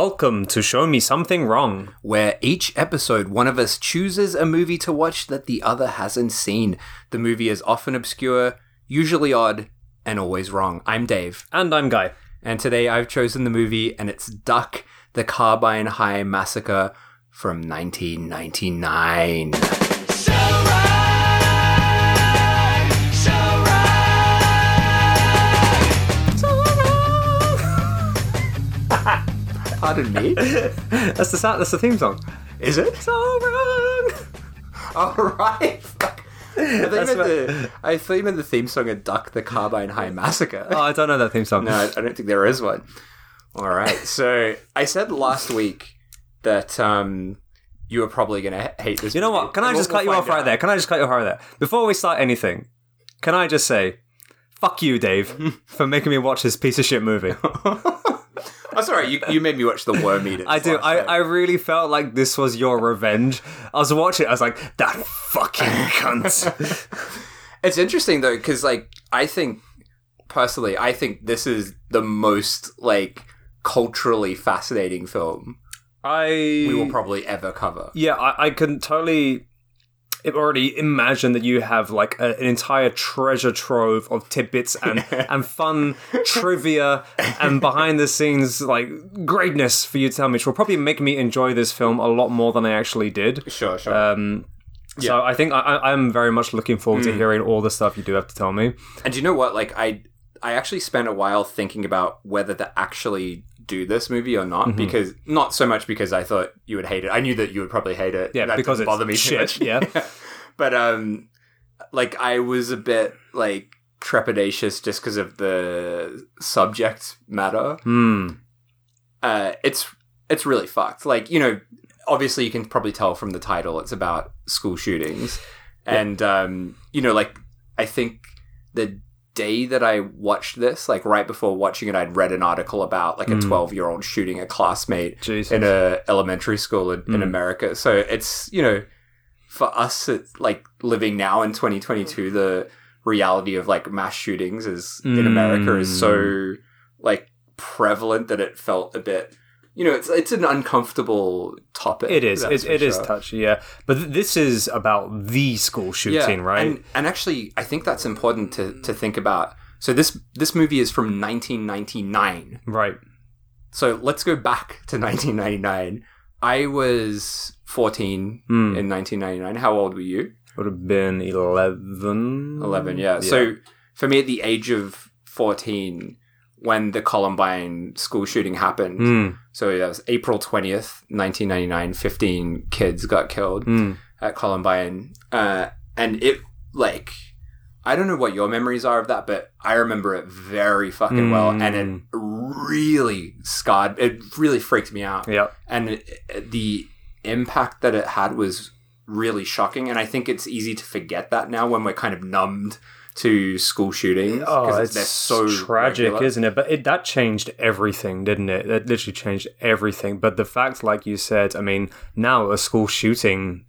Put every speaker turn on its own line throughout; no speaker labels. Welcome to Show Me Something Wrong.
where each episode one of us chooses a movie to watch that the other hasn't seen. The movie is often obscure, usually odd, and always wrong. I'm Dave,
And I'm Guy.
and today I've chosen the movie, and it's Duck, the Carbine High Massacre from 1999.
So right, so right.
Pardon me?
That's the sound, that's the theme song.
is it?
So wrong.
All right. Fuck. I thought, you
That's
meant
what-
the, I thought you meant the theme song of Duck, the Carbine High Massacre.
Oh, I don't know that theme song.
No, I I don't think there is one. All right. So I said last week that um, you were probably going to hate this.
You know
movie.
what? Can I
We'll-
just
we'll
cut you
find
off right
out.
there? Can I just cut you off right there? Before we start anything, can I just say, fuck you, Dave, for making me watch this piece of shit movie.
I'm Oh, sorry. You, you made me watch the Worm Eaters.
I do.
last
I,
night.
I really felt like this was your revenge. I was watching it, I was like, that fucking cunt.
It's interesting though, because like I think personally, I think this is the most like culturally fascinating film
I.
we will probably ever cover.
yeah, I, I can totally already imagine that you have like a, an entire treasure trove of tidbits and, and fun trivia and behind the scenes like greatness for you to tell me, which will probably make me enjoy this film a lot more than I actually did.
Sure, sure.
Um, So I think I, I, I'm very much looking forward
Hmm.
to hearing all the stuff you do have to tell me.
And do you know what? Like I I actually spent a while thinking about whether to actually do this movie or not
Mm-hmm.
because not so much because I thought you would hate it. I knew that you would probably hate it.
Yeah,
that
because
doesn't
it's
bother me too
shit.
much.
Yeah.
But um like I was a bit like trepidatious just because of the subject matter.
Hmm.
Uh it's it's really fucked. Like, you know, obviously you can probably tell from the title it's about school shootings. And um, you know, like I think the day that I watched this, like right before watching it, I'd read an article about like a
Mm.
twelve year old shooting a classmate
Jesus.
in a elementary school in, in
Mm.
America. So it's you know, for us, it's like living now in twenty twenty two, the reality of like mass shootings is in America is
Hmm.
so like prevalent that it felt a bit. You know, it's it's an uncomfortable topic.
it is.
that's
It,
for
it is
sure.
touchy, yeah. But th- this is about the school shooting, right?
And, and actually, I think that's important to, to think about. So this this movie is from 1999.
right.
So let's go back to 1999. I was 14
Hmm.
in 1999. How old were you?
Would have been 11.
11. Yeah. So for me, at the age of 14, when the Columbine school shooting happened,
Mm,
so that was April 20th, 1999. 15 kids got killed.
mm.
at Columbine, uh, and it like I don't know what your memories are of that, but I remember it very fucking well, and it
Mm.
really scarred. It really freaked me out,
Yeah.
and it- it- the impact that it had was really shocking. And I think it's easy to forget that now when we're kind of numbed to school shootings. 'cause
Oh,
it's-
it's tragic,
regular.
isn't it? But it, that changed everything, didn't it? That literally changed everything. But the fact, like you said, I mean, now a school shooting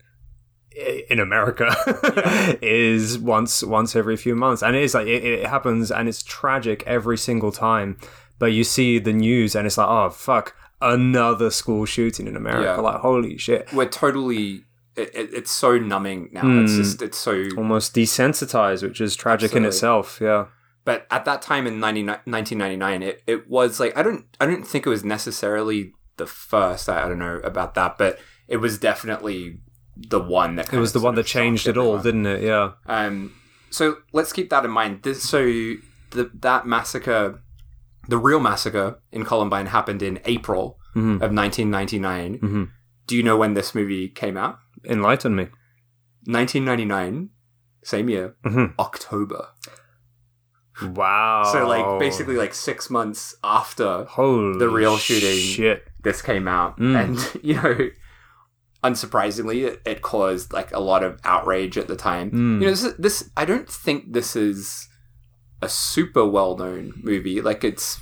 i- in America is once once every few months, and it's like it, it happens, and it's tragic every single time. But you see the news, and it's like, oh fuck, another school shooting in America!
Yeah.
Like, holy shit!
We're totally. It, it, it's so numbing now. It's
Mm.
just. It's so.
Almost desensitized, which is tragic in
Absolutely.
itself. Yeah.
but at that time in 90, 1999 it, it was like i don't i don't think it was necessarily the first i, I don't know about that but it was definitely the one that
It
kind
was
of
the
sort
one that
of
changed
shocked
it all,
everyone.
didn't it? Yeah.
um so let's keep that in mind this, so the, that massacre the real massacre in columbine happened in april
Mm-hmm.
of 1999
Mhm.
do you know when this movie came out
Enlighten me.
1999 same year
Mhm.
october
Wow.
so like basically
Oh.
like six months after
holy
the real shooting.
Shit.
this came out
Mm.
and you know unsurprisingly it, it caused like a lot of outrage at the time
Mm.
you know this, this i don't think this is a super well-known movie like it's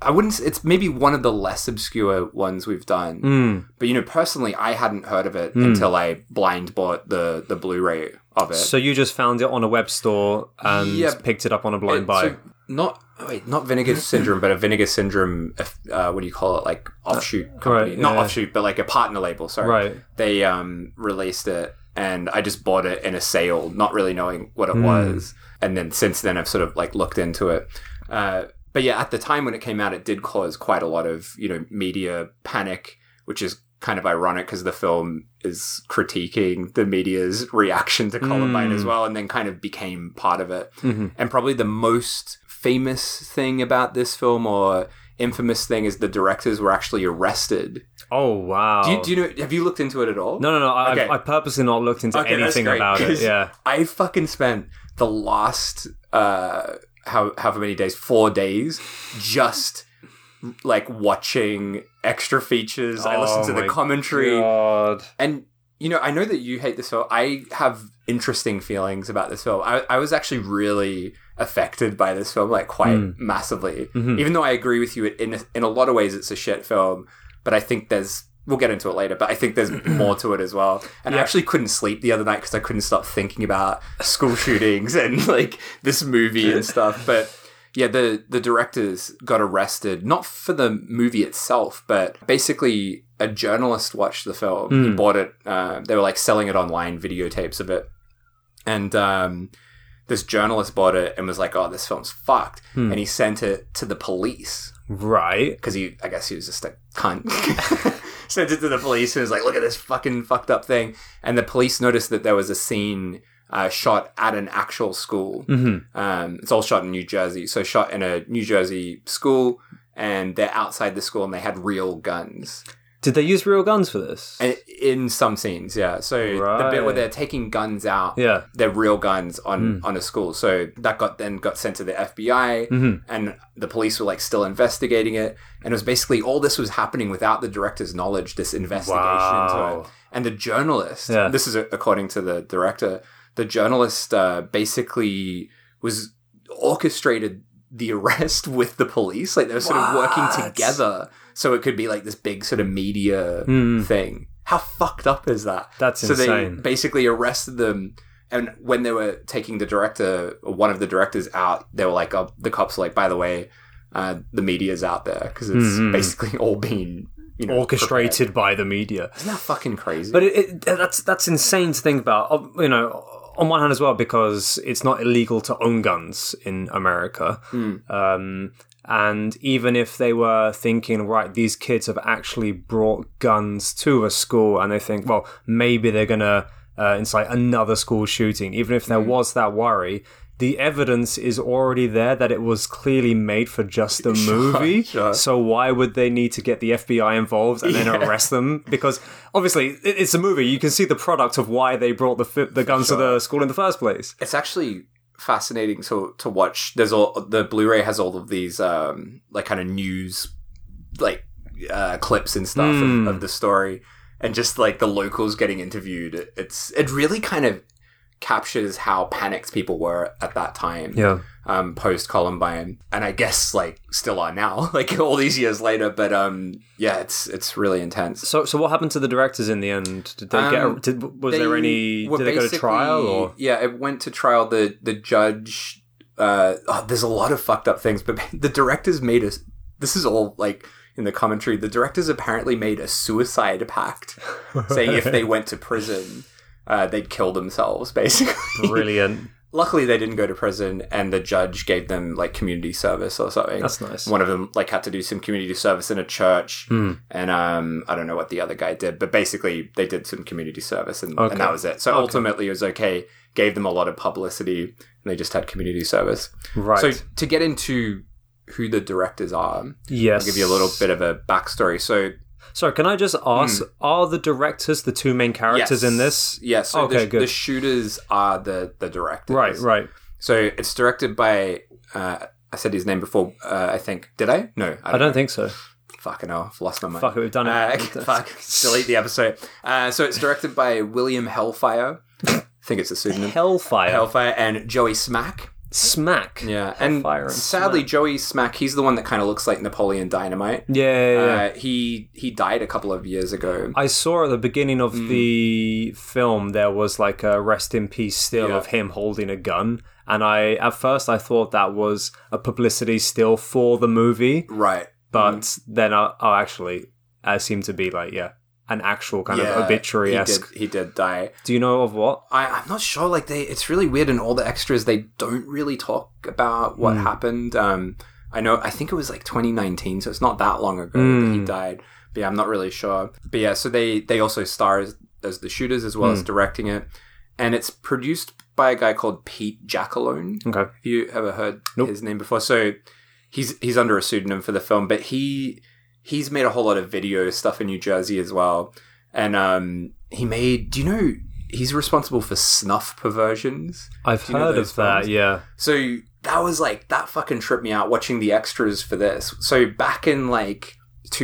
i wouldn't s- it's maybe one of the less obscure ones we've done
Mm.
but you know personally i hadn't heard of it
Mm.
until i blind bought the the blu-ray of it
So you just found it on a web store and
Yeah.
picked it up on a blind
Uh,
buy.
so not oh, wait, not vinegar syndrome, but a vinegar syndrome. Uh, what do you call it? Like offshoot company,
right,
not
yeah.
offshoot, but like a partner label. Sorry,
Right.
They um, released it, and I just bought it in a sale, not really knowing what it
Hmm.
was. And then since then, I've sort of like looked into it. Uh, but yeah, at the time when it came out, it did cause quite a lot of you know media panic, which is kind of ironic because the film is critiquing the media's reaction to Columbine
Mm.
as well, and then kind of became part of it.
Mhm.
And probably the most famous thing about this film or infamous thing is the directors were actually arrested.
Oh wow.
Do, you, do you know? Have you looked into it at all?
no, no, no. I,
Okay.
I've, I purposely not looked into
Okay, that's
anything
great,
about it.
'cause-
Yeah.
I fucking spent the last uh how however many days, four days, just like watching extra features. I listened
Oh
to the
my
commentary,
God.
and you know, I know that you hate this film. I have interesting feelings about this film. I, I was actually really affected by this film, like quite
Mm.
massively.
Mhm.
Even though I agree with you, it- in a, in a lot of ways, it's a shit film. But I think there's we'll get into it later. But I think there's more to it as well. And I actually couldn't sleep the other night because I couldn't stop thinking about school shootings and like this movie and stuff. But yeah, the the directors got arrested not for the movie itself, but basically a journalist watched the film. He
Mm.
bought it. Uh, they were like selling it online, videotapes of it, and um, this journalist bought it and was like, "Oh, this film's fucked,"
Hmm.
and he sent it to the police
Right.
because he, I guess, he was just a cunt. Sent it to the police and was like, "Look at this fucking fucked up thing." And the police noticed that there was a scene uh, shot at an actual school.
hmm
Um, it's all shot in New Jersey, so shot in a New Jersey school, and they're outside the school and they had real guns.
Did they use real guns for this?
And in some scenes, yeah. So the bit where
Right.
they're taking guns out,
yeah. Hmm.
they're real guns on on a school. So that got then got sent to the FBI,
Mhm.
and the police were like still investigating it. And it was basically all this was happening without the director's knowledge. This investigation into
Wow.
it, and the journalist.
Yeah.
This is according to the director. The journalist uh, basically was orchestrated the arrest with the police. Like they were sort of working
What?
together, so it could be like this big sort of media
Hmm.
thing. How fucked up is that?
That's
so they
insane.
basically arrested them and when they were taking the director or one of the directors out they were like oh, the cops were like by the way uh, the media's out there because it's
Mhm.
basically all been you know, prepared."
Orchestrated by the media.
isn't that fucking crazy
But it, it, that's that's insane to think about. Of- You know, on one hand as well, because it's not illegal to own guns in America. Um, and even if they were thinking, right, these kids have actually brought guns to a school, and they think, well, maybe they're gonna uh, incite another school shooting. Even if
Hmm.
there was that worry, the evidence is already there that it was clearly made for just the movie.
sure.
So why would they need to get the FBI involved and then arrest them? Because obviously it- it's a movie. You can see the product of why they brought the fi- the guns to the school in the first place.
it's actually fascinating to to watch there's all the blu-ray has all of these um like kind of news like uh clips and stuff
Mm.
of, of the story and just like the locals getting interviewed it's it really kind of captures how panicked people were at that time
Yeah.
um, post Columbine, and I guess like still are now, like all these years later. But um, yeah, it's it's really intense.
So so what happened to the directors in the end? Did they get?
Um,
A, did, was
They
there any?
were
Did they go to
basically-
trial or?
yeah, it went to trial. The the judge. Uh, oh, there's a lot of fucked up things, but the directors made us. This is all like in the commentary. The directors apparently made a suicide pact, saying if they went to prison, uh, they'd kill themselves. Basically,
Brilliant.
luckily they didn't go to prison and the judge gave them like community service or something
That's nice.
one of them like had to do some community service in a church
Hmm.
and um i don't know what the other guy did but basically they did some community service and,
Okay.
and that was it so ultimately it was okay gave them a lot of publicity and they just had community service
Right.
so to get into who the directors are
yes.
i'll give you a little bit of Hmm. a backstory so
Sorry, can I just ask? Are the directors the two main characters in this?
yes yeah, so
Okay,
the,
good.
the shooters are the the directors
Right. Right.
So it's directed by. Uh, I said his name before. Uh, I think. Did I? No,
I don't think so.
Fucking hell, I've lost my mind.
Fuck it, we've done it.
Uh, fuck. Delete the episode. Uh, so it's directed by William Hellfire. I think it's a pseudonym.
Hellfire.
Hellfire and Joey Smack.
Smack.
Yeah, and,
Hellfire and
sadly, Joey Smack. He's the one that kind of looks like Napoleon Dynamite.
Yeah. yeah, yeah.
Uh, he he died a couple of years ago.
I saw at the beginning
Mm.
of the film there was like a rest in peace still
Yeah.
of him holding a gun, And I at first I thought that was a publicity still for the movie,
Right.
but
Mm.
then I, oh actually, I seemed to be like yeah, an actual kind
Yeah,
of obituary
he did,
esque.
he did die.
Do you know of what?
I, I'm not sure. Like they, it's really weird in all the extras. They don't really talk about what
Mm.
happened. Um, I know. I think it was like 2019, so it's not that long ago that he
Mm.
died. But yeah, I'm not really sure. But yeah, so they they also star as, as the shooters as well as
Hmm.
directing it, and it's produced by a guy called Pete Jackalone.
Okay.
Have you ever heard
Nope.
his name before? So he's he's under a pseudonym for the film, but he he's made a whole lot of video stuff in New Jersey as well. And um, he made. Do you know he's responsible for snuff perversions?
I've
Do you know
heard
those
of that.
films?
Yeah.
So that was like that fucking tripped me out watching the extras for this. So back in like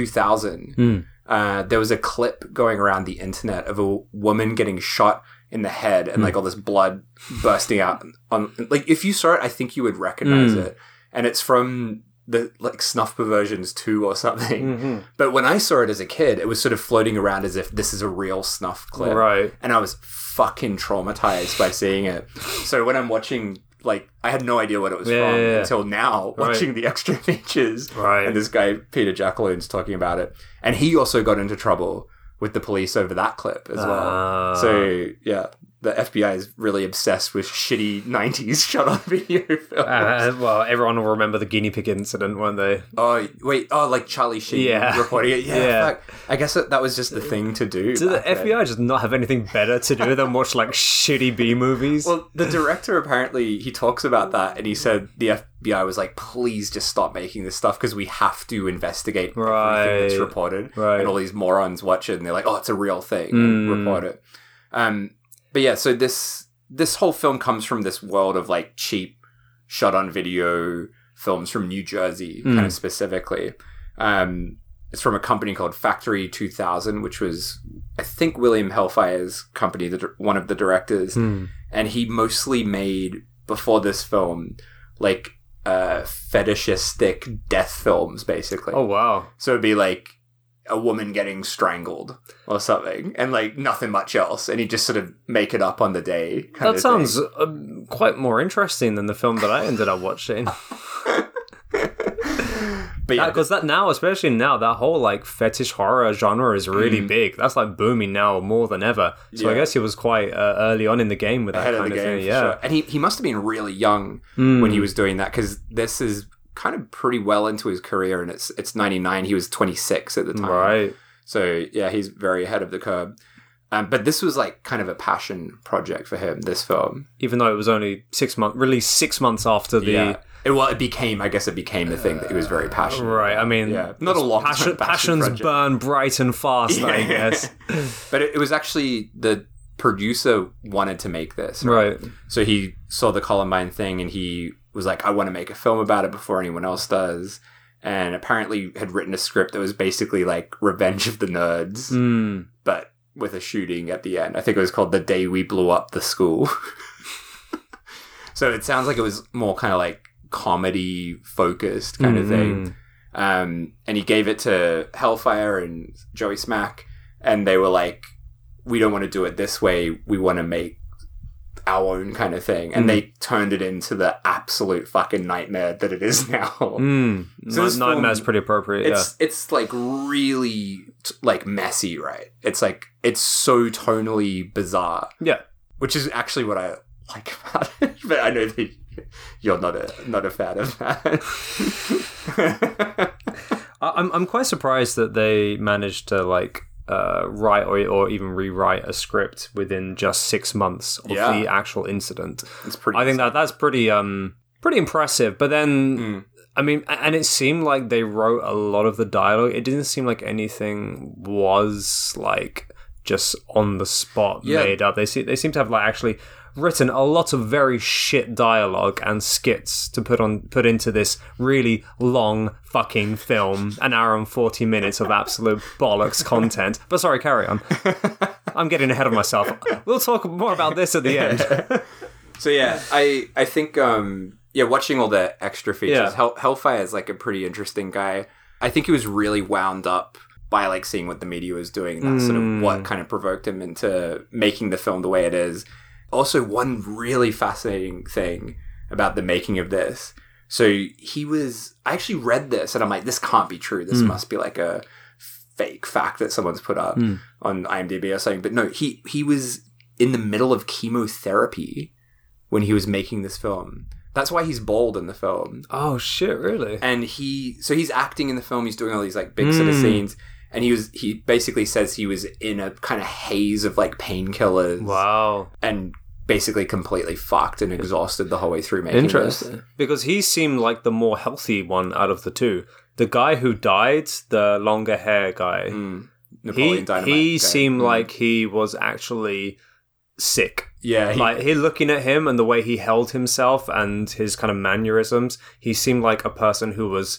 2000,
Mm.
uh, there was a clip going around the internet of a woman getting shot in the head and like all this blood bursting out on like if you saw it, I think you would recognize
Mm.
it. And it's from the like snuff perversions 2 or something.
Hmm.
But when I saw it as a kid, it was sort of floating around as if this is a real snuff clip
Right.
and I was fucking traumatized by seeing it. So when I'm watching, like, I had no idea what it was
Yeah,
from
yeah, yeah.
until now,
Right.
watching the extra features.
Right.
And this guy, Peter Jackalone's talking about it. And he also got into trouble with the police over that clip as well.
Ah.
so, yeah, the FBI is really obsessed with shitty 90s shot on video films.
Uh, well, everyone will remember the guinea pig incident, won't they?
oh, wait, oh, like Charlie Sheen
Yeah.
reporting it. Yeah,
Yeah.
fuck. I guess that, that was just the thing to do.
Did the
back then.
FBI just not have anything better to do than watch like shitty B movies?
Well, the director apparently he talks about that, and he said the FBI was like, "Please just stop making this stuff because we have to investigate everything that's
Right.
reported."
Right.
And all these morons watch it, and they're like, "Oh, it's a real thing."
Mm.
Report it. Um, but yeah, so this this whole film comes from this world of like cheap shot on video films from New Jersey, kind
Mm.
of specifically. Um, it's from a company called Factory 2000, which was, I think, William Hellfire's company, the, dir- one of the directors
Hmm.
and he mostly made before this film like uh fetishistic death films basically
Oh wow!
so it'd be like a woman getting strangled or something and like nothing much else and he just sort of make it up on the day kind
That
of
sounds um, quite more interesting than the film that I ended up watching.
thing. but yeah
Because that now, especially now, that whole like fetish horror genre is really
Mm.
big. That's like booming now more than ever. So I
Yeah.
guess he was quite uh, early on in the game with that
ahead
kind of,
of the game
thing.
for
Yeah. Hmm.
sure. Hmm. and he, he must have been really young when he was doing that because this is kind of pretty well into his career and it's it's 99 he was 26 at the time
right.
So yeah, he's very ahead of the curve. Um, but this was like kind of a passion project for him. This film,
Even though it was only six months, released six months after the.
yeah. It, well, it became, I guess, it became a thing that he was very passionate.
Uh, Right, I mean,
Yeah. Not a long-term passion
passions
project.
burn bright and fast. I
Yeah.
guess.
But it, it was actually the producer wanted to make this.
right.
So he saw the Columbine thing and he was like, I want to make a film about it before anyone else does. And apparently had written a script that was basically like Revenge of the Nerds,
Mm.
but with a shooting at the end. I think it was called The Day We Blew Up the School. so it sounds like it was more kind of like comedy focused kind of thing. Um, and he gave it to Hellfire and Joey Smack, and they were like, we don't want to do it this way. We want to make our own kind of thing. And
Mm.
they turned it into the absolute fucking nightmare that it is now.
Mm.
So
Ni-
this
Nightmare's
film-
pretty appropriate.
It's it's like really t- like messy, right? It's like it's so tonally bizarre,
yeah.
which is actually what I like about it. But I know that you're not a not a fan of that.
I, I'm I'm quite surprised that they managed to like uh, write or, or even rewrite a script within just six months of
Yeah.
the actual incident.
it's pretty.
I think that that's pretty um pretty impressive. But then
Mm.
I mean, a- and it seemed like they wrote a lot of the dialogue. It didn't seem like anything was like just on the spot
Yeah.
made up. They se- they seem to have like actually written a lot of very shit dialogue and skits to put on put into this really long fucking film, an hour and forty minutes of absolute bollocks content. But sorry, carry on. I'm getting ahead of myself. We'll talk more about this at the end.
so. Yeah, I I think um yeah, watching all the extra features,
Yeah.
Hell, Hellfire is like a pretty interesting guy. I think he was really wound up by like seeing what the media was doing. and That's sort of
Mm.
what kind of provoked him into making the film the way it is. Also, one really fascinating thing about the making of this. So he was. I actually read this and I'm like, this can't be true. This
Mm.
must be like a fake fact that someone's put up
Mm.
on IMDb or something. But no, he he was in the middle of chemotherapy when he was making this film. That's why he's bald in the film
Oh shit! Really?
and he so he's acting in the film he's doing all these like big sort of
Mm.
scenes and he was he basically says he was in a kind of haze of like painkillers
Wow.
and basically completely fucked and exhausted the whole way through making this.
Interesting. Because he seemed like the more healthy one out of the two. The guy who died, the longer hair guy,
Mm. Napoleon
he,
Dynamite
he
guy.
seemed
Mm.
like he was actually sick.
yeah he-
Like he looking at him and the way he held himself and his kind of mannerisms, he seemed like a person who was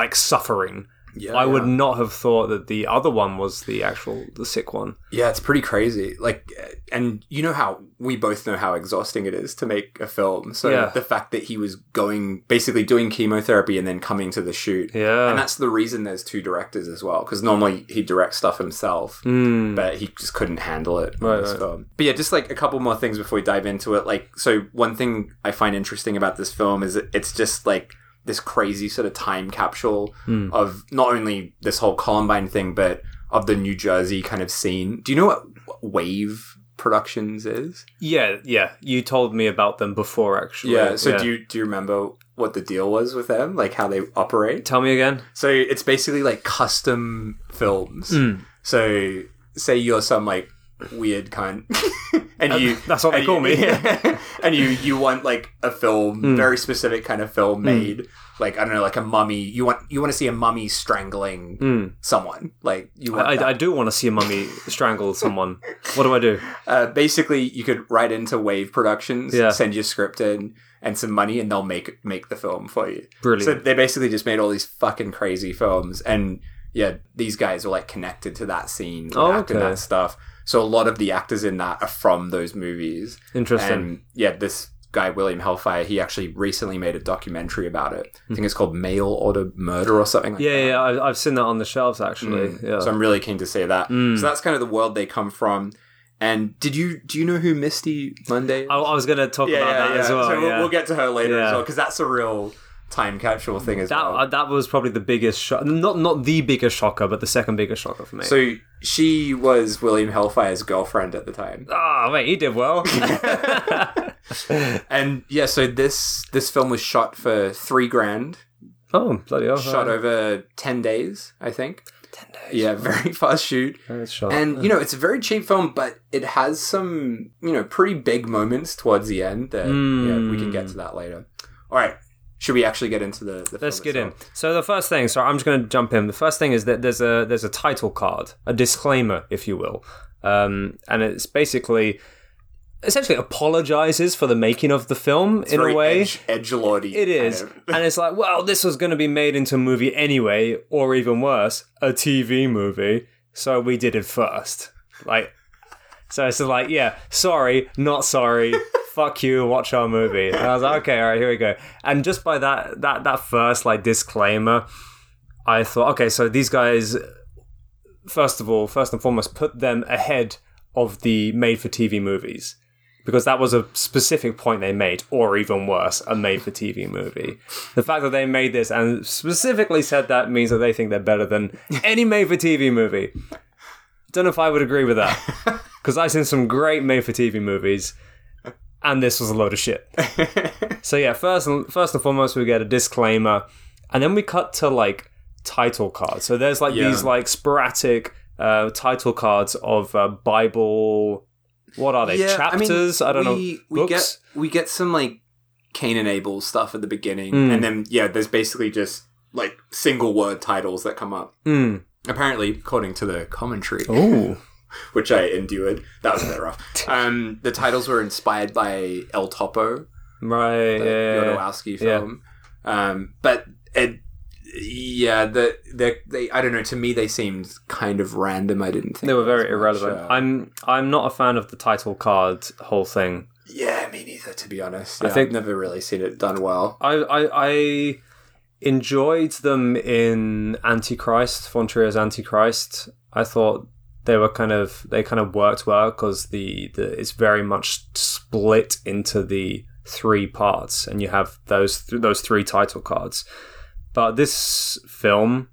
like suffering.
yeah,
I would
yeah.
not have thought that the other one was the actual the sick one.
yeah it's pretty crazy like uh, and you know how we both know how exhausting it is to make a film so
Yeah.
the fact that he was going basically doing chemotherapy and then coming to the shoot and
Yeah.
that's the reason there's two directors as well because normally he directs stuff himself
Mm.
but he just couldn't handle it on
Right,
this
right.
film. But yeah, just like a couple more things before we dive into it. Like, so one thing I find interesting about this film is that it's just like this crazy sort of time capsule
Hmm.
of not only this whole Columbine thing, but of the New Jersey kind of scene. Do you know what Wave Productions is?
Yeah, yeah. You told me about them before actually.
Yeah. So do you do you remember what the deal was with them? Like how they operate?
tell me again?
So it's basically like custom films. So say you're some like weird cunt, and
Uh,
you
that's what they
and
call
you-
me.
and you you want like a film,
Mm.
very specific kind of film
Hmm.
made. Like I don't know, like a mummy. You want you want to see a mummy strangling
Mm.
someone. Like you want.
I,
that.
I do want to see a mummy strangle someone. What do I do?
uh, basically, you could write into Wave Productions,
Yeah.
send your script in and some money, and they'll make make the film for you.
Brilliant.
So they basically just made all these fucking crazy films, and yeah, these guys were like connected to that scene, and
Oh,
acting
okay.
that stuff. So a lot of the actors in that are from those movies.
Interesting.
And yeah, this guy William Hellfire, he actually recently made a documentary about it. I think it's called Mail Order Murder or something. Like
Hmm. yeah,
that.
yeah. I've, I've seen that on the shelves actually.
Mm.
Yeah.
So I'm really keen to see that.
Mm.
So that's kind of the world they come from. And did you do you know who Misty Monday? Is?
I, I was going to talk about that as well.
so we'll,
yeah.
we'll get to her later as
Yeah.
well because that's a real time capsule thing as
that
well.
uh, that was probably the biggest shock. Not not the biggest shocker, but the second biggest shocker for me.
So she was William Hellfire's girlfriend at the time.
Ah, mate, you did well.
And yeah, so this this film was shot for three grand,
oh, bloody hell.
shot over ten days, I think. Ten days. Yeah, very fast shoot.
That's shot.
And you know, it's a very cheap film, but it has some you know pretty big moments towards the end that yeah, we can get
Hmm.
to that later. All right, should we actually get into the? the
Let's
film
get in.
itself?
So the first thing, sorry, I'm just going to jump in. The first thing is that there's a there's a title card, a disclaimer, if you will, um, and it's basically essentially apologizes for the making of the film in
Very
a way.
edge, edgelordy.
It
kind
is,
of.
and it's like, well, this was going to be made into a movie anyway, or even worse, a TV movie. So we did it first. Like, so it's like, yeah, sorry, not sorry. Fuck you. Watch our movie. And I was like, okay, all right, here we go. And just by that that that first like disclaimer, I thought, okay, so these guys, first of all, first and foremost, put them ahead of the made for TV movies because that was a specific point they made, or even worse, a made for TV movie. The fact that they made this and specifically said that means that they think they're better than any made for TV movie. Don't know if I would agree with that because I've seen some great made for TV movies, and this was a load of shit. so yeah, first and, first and foremost, we get a disclaimer, and then we cut to like title cards. So there's like
Yeah.
these like sporadic uh, title cards of uh, Bible. What are they?
Yeah, I mean,
Chapters? I, don't
we,
know.
We
books?
get we get some like Cain and Abel stuff at the beginning,
Mm.
and then yeah, there's basically just like single word titles that come up.
Mm.
Apparently, according to the commentary,
Oh,
which I endured, that was a bit rough. Um, the titles were inspired by El Topo,
right. yeah,
the
yeah.
Jodorowsky
yeah.
film. Um, but it, yeah, the, the they I don't know. To me, they seemed kind of random. I didn't think
They were
there was
very
much,
irrelevant.
uh,
I'm I'm not a fan of the title card whole thing.
yeah, me neither. To be honest, I
think-
think I've never really seen it done well.
I I, I enjoyed them in Antichrist, Von Trier's Antichrist. I thought they were kind of they kind of worked well because the, the it's very much split into the three parts, and you have those th- those three title cards. But this film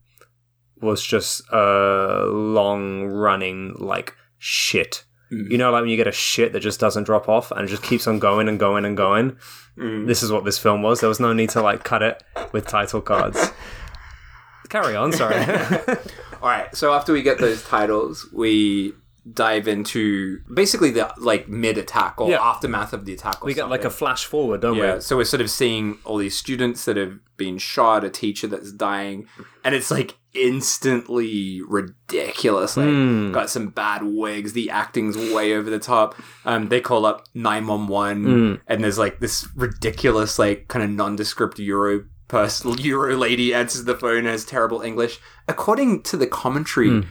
was just a long running like shit.
Mm.
You know, like when you get a shit that just doesn't drop off and it just keeps on going and going and going.
Mm.
This is what this film was. There was no need to like cut it with title cards. Carry on, sorry.
All right. So after we get those titles, we dive into basically the like mid attack or
Yeah.
aftermath of the attack. Or
we get like a
something.
flash forward, don't
yeah.
we?
So we're sort of seeing all these students that have been shot, a teacher that's dying, and it's like instantly ridiculous. Like
Hmm.
got some bad wigs. The acting's way over the top. Um, they call up nine one
Mm.
one, and there's like this ridiculous, like kind of nondescript Euro person, Euro lady answers the phone and has terrible English. According to the commentary,
Hmm.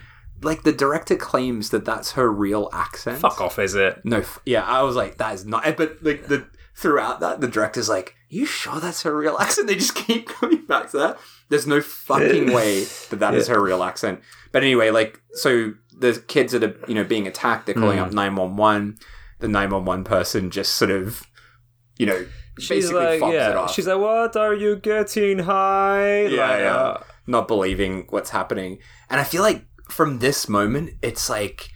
like the director claims that that's her real accent.
Fuck off, is it?
No, f- yeah, I was like, that is not. eh, But like the throughout that, the director's like, "You sure that's her real accent?" They just keep coming back to that. There's no fucking way that that is her real accent. But anyway, like, so the kids that are you know being attacked, they're calling up nine one one. The nine one one person just sort of, you know, basically fobs it off.
she's like, what are you getting high?
Yeah,
Like,
yeah.
uh,
not believing what's happening. And I feel like from this moment, it's like,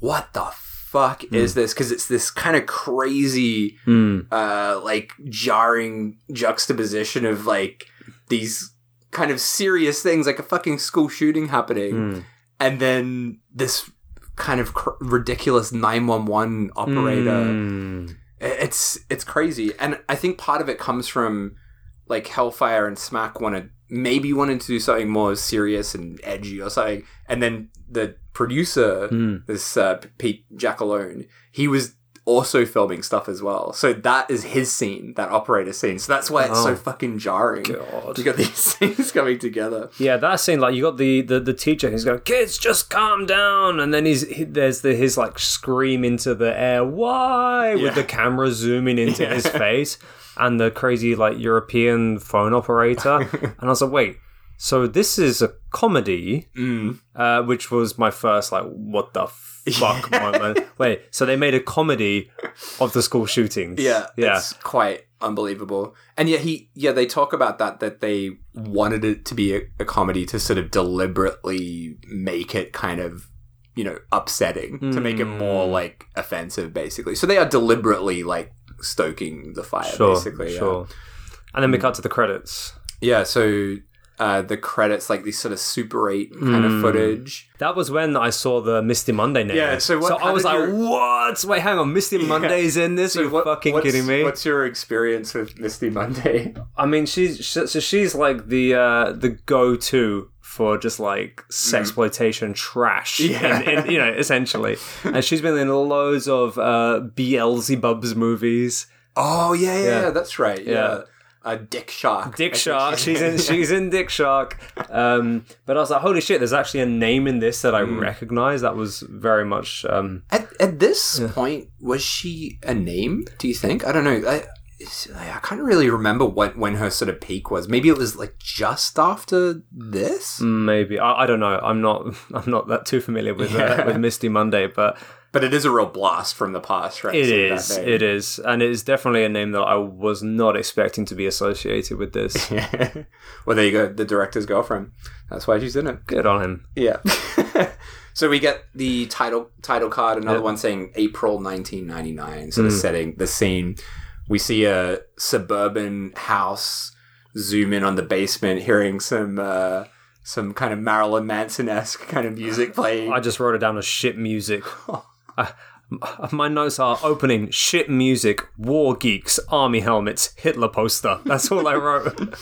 what the fuck is this? Because it's this kind of crazy, uh, like jarring juxtaposition of like these kind of serious things, like a fucking school shooting happening,
Hmm.
and then this kind of cr- ridiculous nine one one operator
Mm.
it's it's crazy and i think part of it comes from like hellfire and smack wanted maybe wanted to do something more serious and edgy or something and then the producer
Mm.
this uh, pete jackalone he was also filming stuff as well so that is his scene that operator scene so that's why it's
Oh.
so fucking jarring
God.
you got these things coming together
Yeah, that scene, like you got the, the, the teacher who's going, kids, just calm down, and then he's he, there's the his like scream into the air, why?
Yeah.
With the camera zooming into
Yeah.
his face, and the crazy like European phone operator, and I was like, wait, so this is a comedy,
Mm.
uh, which was my first like what the fuck moment. Wait, so they made a comedy of the school shootings?
Yeah,
yeah.
it's quite unbelievable. And yet he, yeah, they talk about that that they wanted it to be a, a comedy to sort of deliberately make it kind of, you know, upsetting to make it
Hmm.
more like offensive, basically. So they are deliberately like stoking the fire,
sure,
basically. yeah.
sure. And then we cut to the credits.
Yeah. so uh, the credits, like these sort of Super Eight kind
Hmm.
of footage.
That was when I saw the Misty Monday name.
Yeah, so what-
I
how
was
did
like,
your-
"What? Wait, hang on, Misty Monday's in this? Are you
what-
fucking
what's-
kidding me?"
What's your experience with Misty Monday?
I mean, she's sh- so she's like the uh, the go to for just like sexploitation trash,
Mm. Yeah.
in, in, you know, essentially. and she's been in loads of uh, Beelzebub's movies.
Oh yeah, yeah,
Yeah.
yeah, that's right. Yeah.
Yeah.
Uh, Dick Shark. I
Dick
think
Shark.
she-
She's in. She's in Dick Shark. Um, but I was like, holy shit! There's actually a name in this that I
Mm.
recognize. That was very much. Um,
at, at this point, was she a name? Do you think? I don't know. I, it's- I can't really remember what when her sort of peak was. Maybe it was like just after this.
Mm. maybe I, I don't know. I'm not. I'm not that too familiar with uh,
Yeah.
with Misty Monday, but
But it is a real blast from the past, right?
it
Seeing that
is.
name.
It is, and it is definitely a name that I was not expecting to be associated with this.
well, there you go. The director's girlfriend. That's why she's in it.
Good on him.
Yeah. so we get the title title card, another one saying April 1999. So the
Hmm.
setting, the scene, we see a suburban house. Zoom in on the basement, hearing some uh, some kind of Marilyn Manson esque kind of music playing.
I just wrote it down as shit music. Uh, my notes are opening shit music, war geeks, army helmets, Hitler poster. That's all I wrote.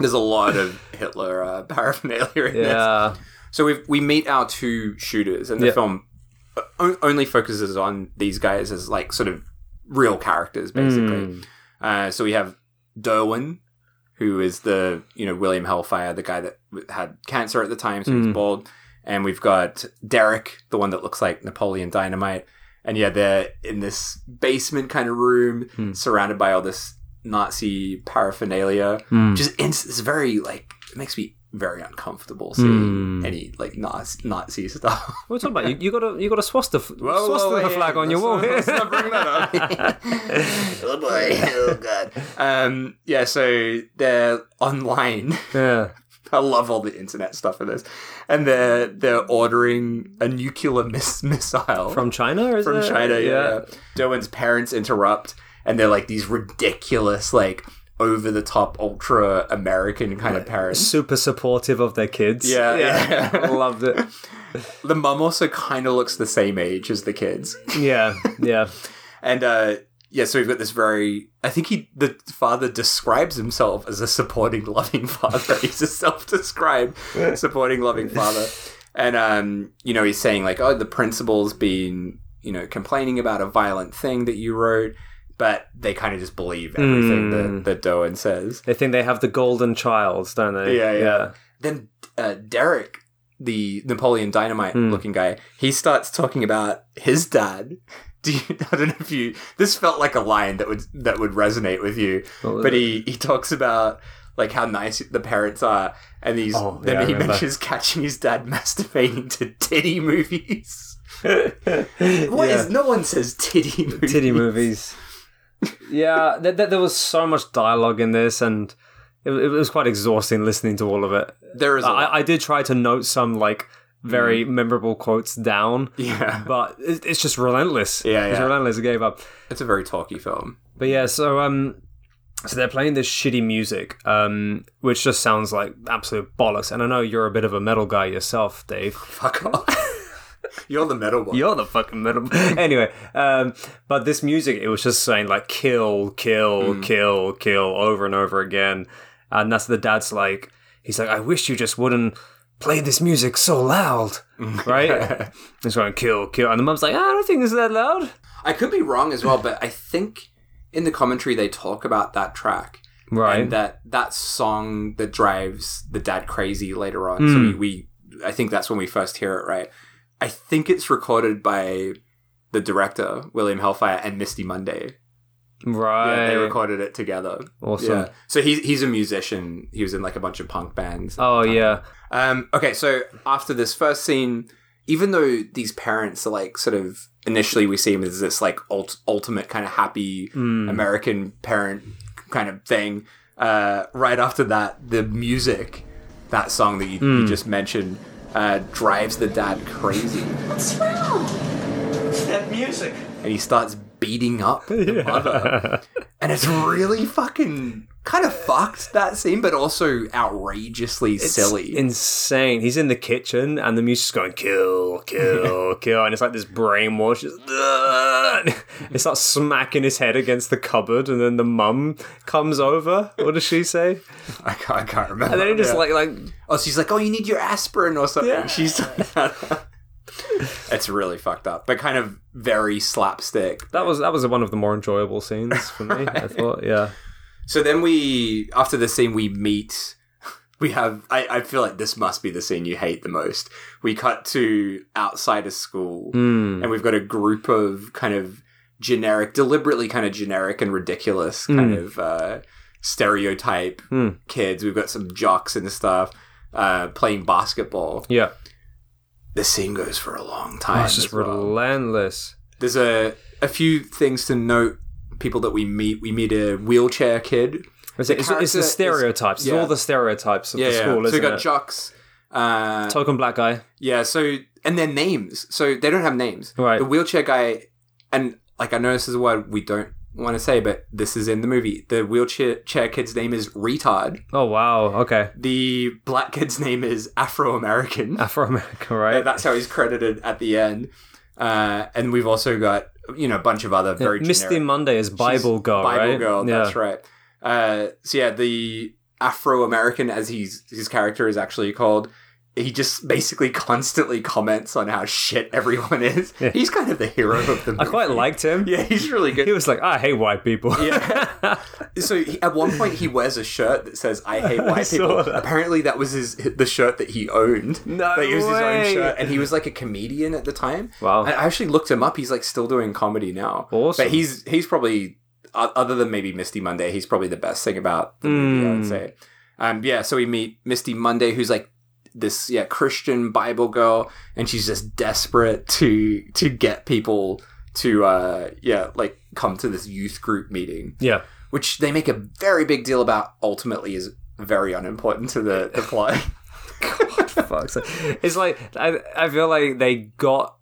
There's a lot of Hitler uh, paraphernalia in this.
yeah.
So we we meet our two shooters, and the
Yeah.
film o- only focuses on these guys as like sort of real characters,
Hmm.
basically. Uh, so we have Derwin, who is the you know William Hellfire, the guy that w- had cancer at the time, so he's bald, and we've got Derek, the one that looks like Napoleon Dynamite, and yeah, they're in this basement kind of room, surrounded by all this Nazi paraphernalia.
Hmm.
Just inst- it's very like it makes me very uncomfortable seeing any like Nazi, Nazi stuff.
What are you talking about? You, you got a you got a swastika,
Whoa, whoa,
swastika
wait,
flag on your
let's
wall
not-
here.
let's not bring that up. oh boy! Oh god! Um, yeah, so they're online.
yeah.
I love all the internet stuff in this, and they're they're ordering a nuclear miss- missile
From China, is
from
it?
China. Yeah. Doan's parents interrupt, and they're like these ridiculous, like over the top, ultra American kind of parents.
Mm-hmm. Super supportive of their kids.
Yeah, yeah.
Loved it.
The mum also kind of looks the same age as the kids,
Yeah, yeah.
and uh, yeah, so we've got this very. I think he the father describes himself as a supporting, loving father. He's a self-described supporting, loving father, and um, you know, he's saying like, oh, the principal's been you know complaining about a violent thing that you wrote. But they kind of just believe
Mm.
everything that, that Doan says.
They think they have the golden child, don't they?
Yeah, yeah. then uh, Derek, the Napoleon Dynamite
Hmm.
looking guy, he starts talking about his dad. Do you, I don't know if you. This felt like a line that would that would resonate with you,
What was
but
it?
he he talks about like how nice the parents are, and he's
Oh, yeah, I
then he
remember.
mentions catching his dad masturbating to titty movies. What
Yeah.
is no one says titty movies?
titty movies? yeah, th- th- there was so much dialogue in this, and it, it was quite exhausting listening to all of it.
There is. a lot. Mm.
I, I did try to note some like very memorable quotes down,
yeah,
but it, it's just relentless.
Yeah,
it's
yeah.
relentless. I gave up.
it's a very talky film.
But yeah, so um, so they're playing this shitty music, um, which just sounds like absolute bollocks. And I know you're a bit of a metal guy yourself, Dave.
Fuck off. You're the metal one.
You're the fucking middle. anyway, um, but this music, it was just saying like kill, kill,
Hmm.
kill, kill over and over again. And that's the dad's like, he's like, I wish you just wouldn't play this music so loud, right? he's going kill, kill, and the mum's like, "Ah, I don't think it's that loud.
I could be wrong as well, but I think in the commentary they talk about that track
Right.
and that that song that drives the dad crazy later on. So
Hmm.
we, we, I think that's when we first hear it, right? I think it's recorded by the director William Hellfire and Misty Monday.
right.
Yeah, they recorded it together.
awesome.
Yeah. So he's he's a musician. He was in like a bunch of punk bands.
Oh yeah.
Um, okay, so after this first scene, even though these parents are like sort of initially we see him as this like ult- ultimate kind of happy American parent kind of thing, uh, right after that, the music, that song that you, you just mentioned, uh, drives the dad crazy
What's wrong?
That music.
and he starts beating up the mother. And it's really fucking kind of fucked that scene, but also outrageously silly.
insane. He's in the kitchen and the music's going kill, kill, kill, and it's like this brainwash. Just, "Ugh." it starts smacking his head against the cupboard, and then the mum comes over. What does she say?
I, can't, I can't remember.
And then he just
Yeah.
like like
Oh, she's like, oh, you need your aspirin or something.
Yeah.
She's. it's really fucked up, but kind of very slapstick.
that was that was one of the more enjoyable scenes for me. I thought, yeah,
So then we, after the scene, we meet. We have. I, I feel like this must be the scene you hate the most. We cut to outside of school,
Mm.
and we've got a group of kind of generic, deliberately kind of generic and ridiculous
Hmm.
kind of uh, stereotype
Mm.
kids. We've got some jocks and stuff uh, playing basketball.
yeah.
the scene goes for a long time.
Oh, It's just
as well.
relentless.
There's a a few things to note. People that we meet, we meet a wheelchair kid.
It's, it's, it's
character
the
is-
stereotypes. It's
yeah.
all the stereotypes of the school,
so we
isn't
got
it?
jocks. Uh,
Token black guy.
yeah. So and their names. So they don't have names.
Right.
The wheelchair guy, and like I know this is a word we don't want to say, but this is in the movie. The wheelchair chair kid's name is retard.
Oh wow. Okay.
The black kid's name is Afro American.
Afro American,
Uh,
right?
that's how he's credited at the end. Uh, and we've also got you know a bunch of other very
Misty
generic-
Monday is Bible girl,
Bible
right?
girl.
yeah.
That's right. Uh, so yeah, the Afro American, as he's his character is actually called, he just basically constantly comments on how shit everyone is. He's kind of the hero of the. Movie.
I quite liked him.
Yeah, he's really
He
good.
was like, I hate white people.
Yeah. So he, at one point, he wears a shirt that says "I hate white
saw
people."
that.
Apparently, that was his the shirt that he owned.
No
like, it was his
way. Oh.
own shirt, and he was like a comedian at the time.
Wow.
I actually looked him up. He's like still doing comedy now.
Awesome.
But he's he's probably o- other than maybe Misty Monday, he's probably the best thing about the movie. I would
Mm.
say. Um, yeah, so we meet Misty Monday, who's like this yeah Christian Bible girl, and she's just desperate to to get people to uh, yeah like come to this youth group meeting,
Yeah.
which they make a very big deal about. Ultimately, is very unimportant to the the plot.
Fuck's sake. It's like I, I feel like they got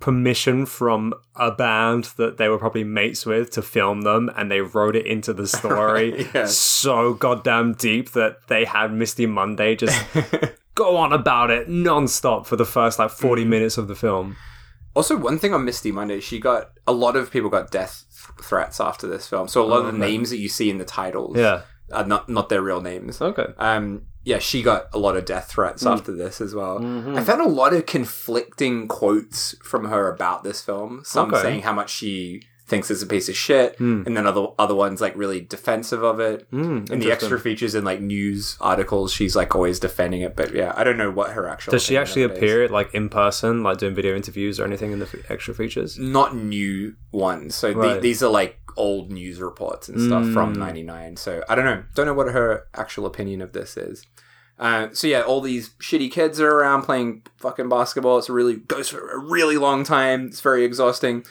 permission from a band that they were probably mates with to film them and they wrote it into the story
Right, yeah.
so goddamn deep that they had Misty Monday just go on about it non-stop for the first like
Mm-hmm.
40 minutes of the film.
Also, one thing on Misty Monday, she got a lot of people got death th- threats after this film. So a lot of the names that you see in the titles,
Yeah.
are uh, not not their real names.
Okay.
Um, yeah, she got a lot of death
Hmm.
threats after this as well.
Mm-hmm.
I found a lot of conflicting quotes from her about this film. Some
Okay. Hmm.
saying how much she thinks it's a piece of shit, and then other other ones like really defensive of it.
Mm,
and the extra features in like news articles, she's like always defending it. But yeah, I don't know what her actual.
Does she
opinion
actually
of it is.
appear like in person, like doing video interviews or anything in the f- extra features?
Not new ones. So the-
Right.
these are like old news reports and stuff from
Mm.
'99. So I don't know. Don't know what her actual opinion of this is. Uh, so yeah, all these shitty kids are around playing fucking basketball. It's really goes for a really long time. It's very exhausting.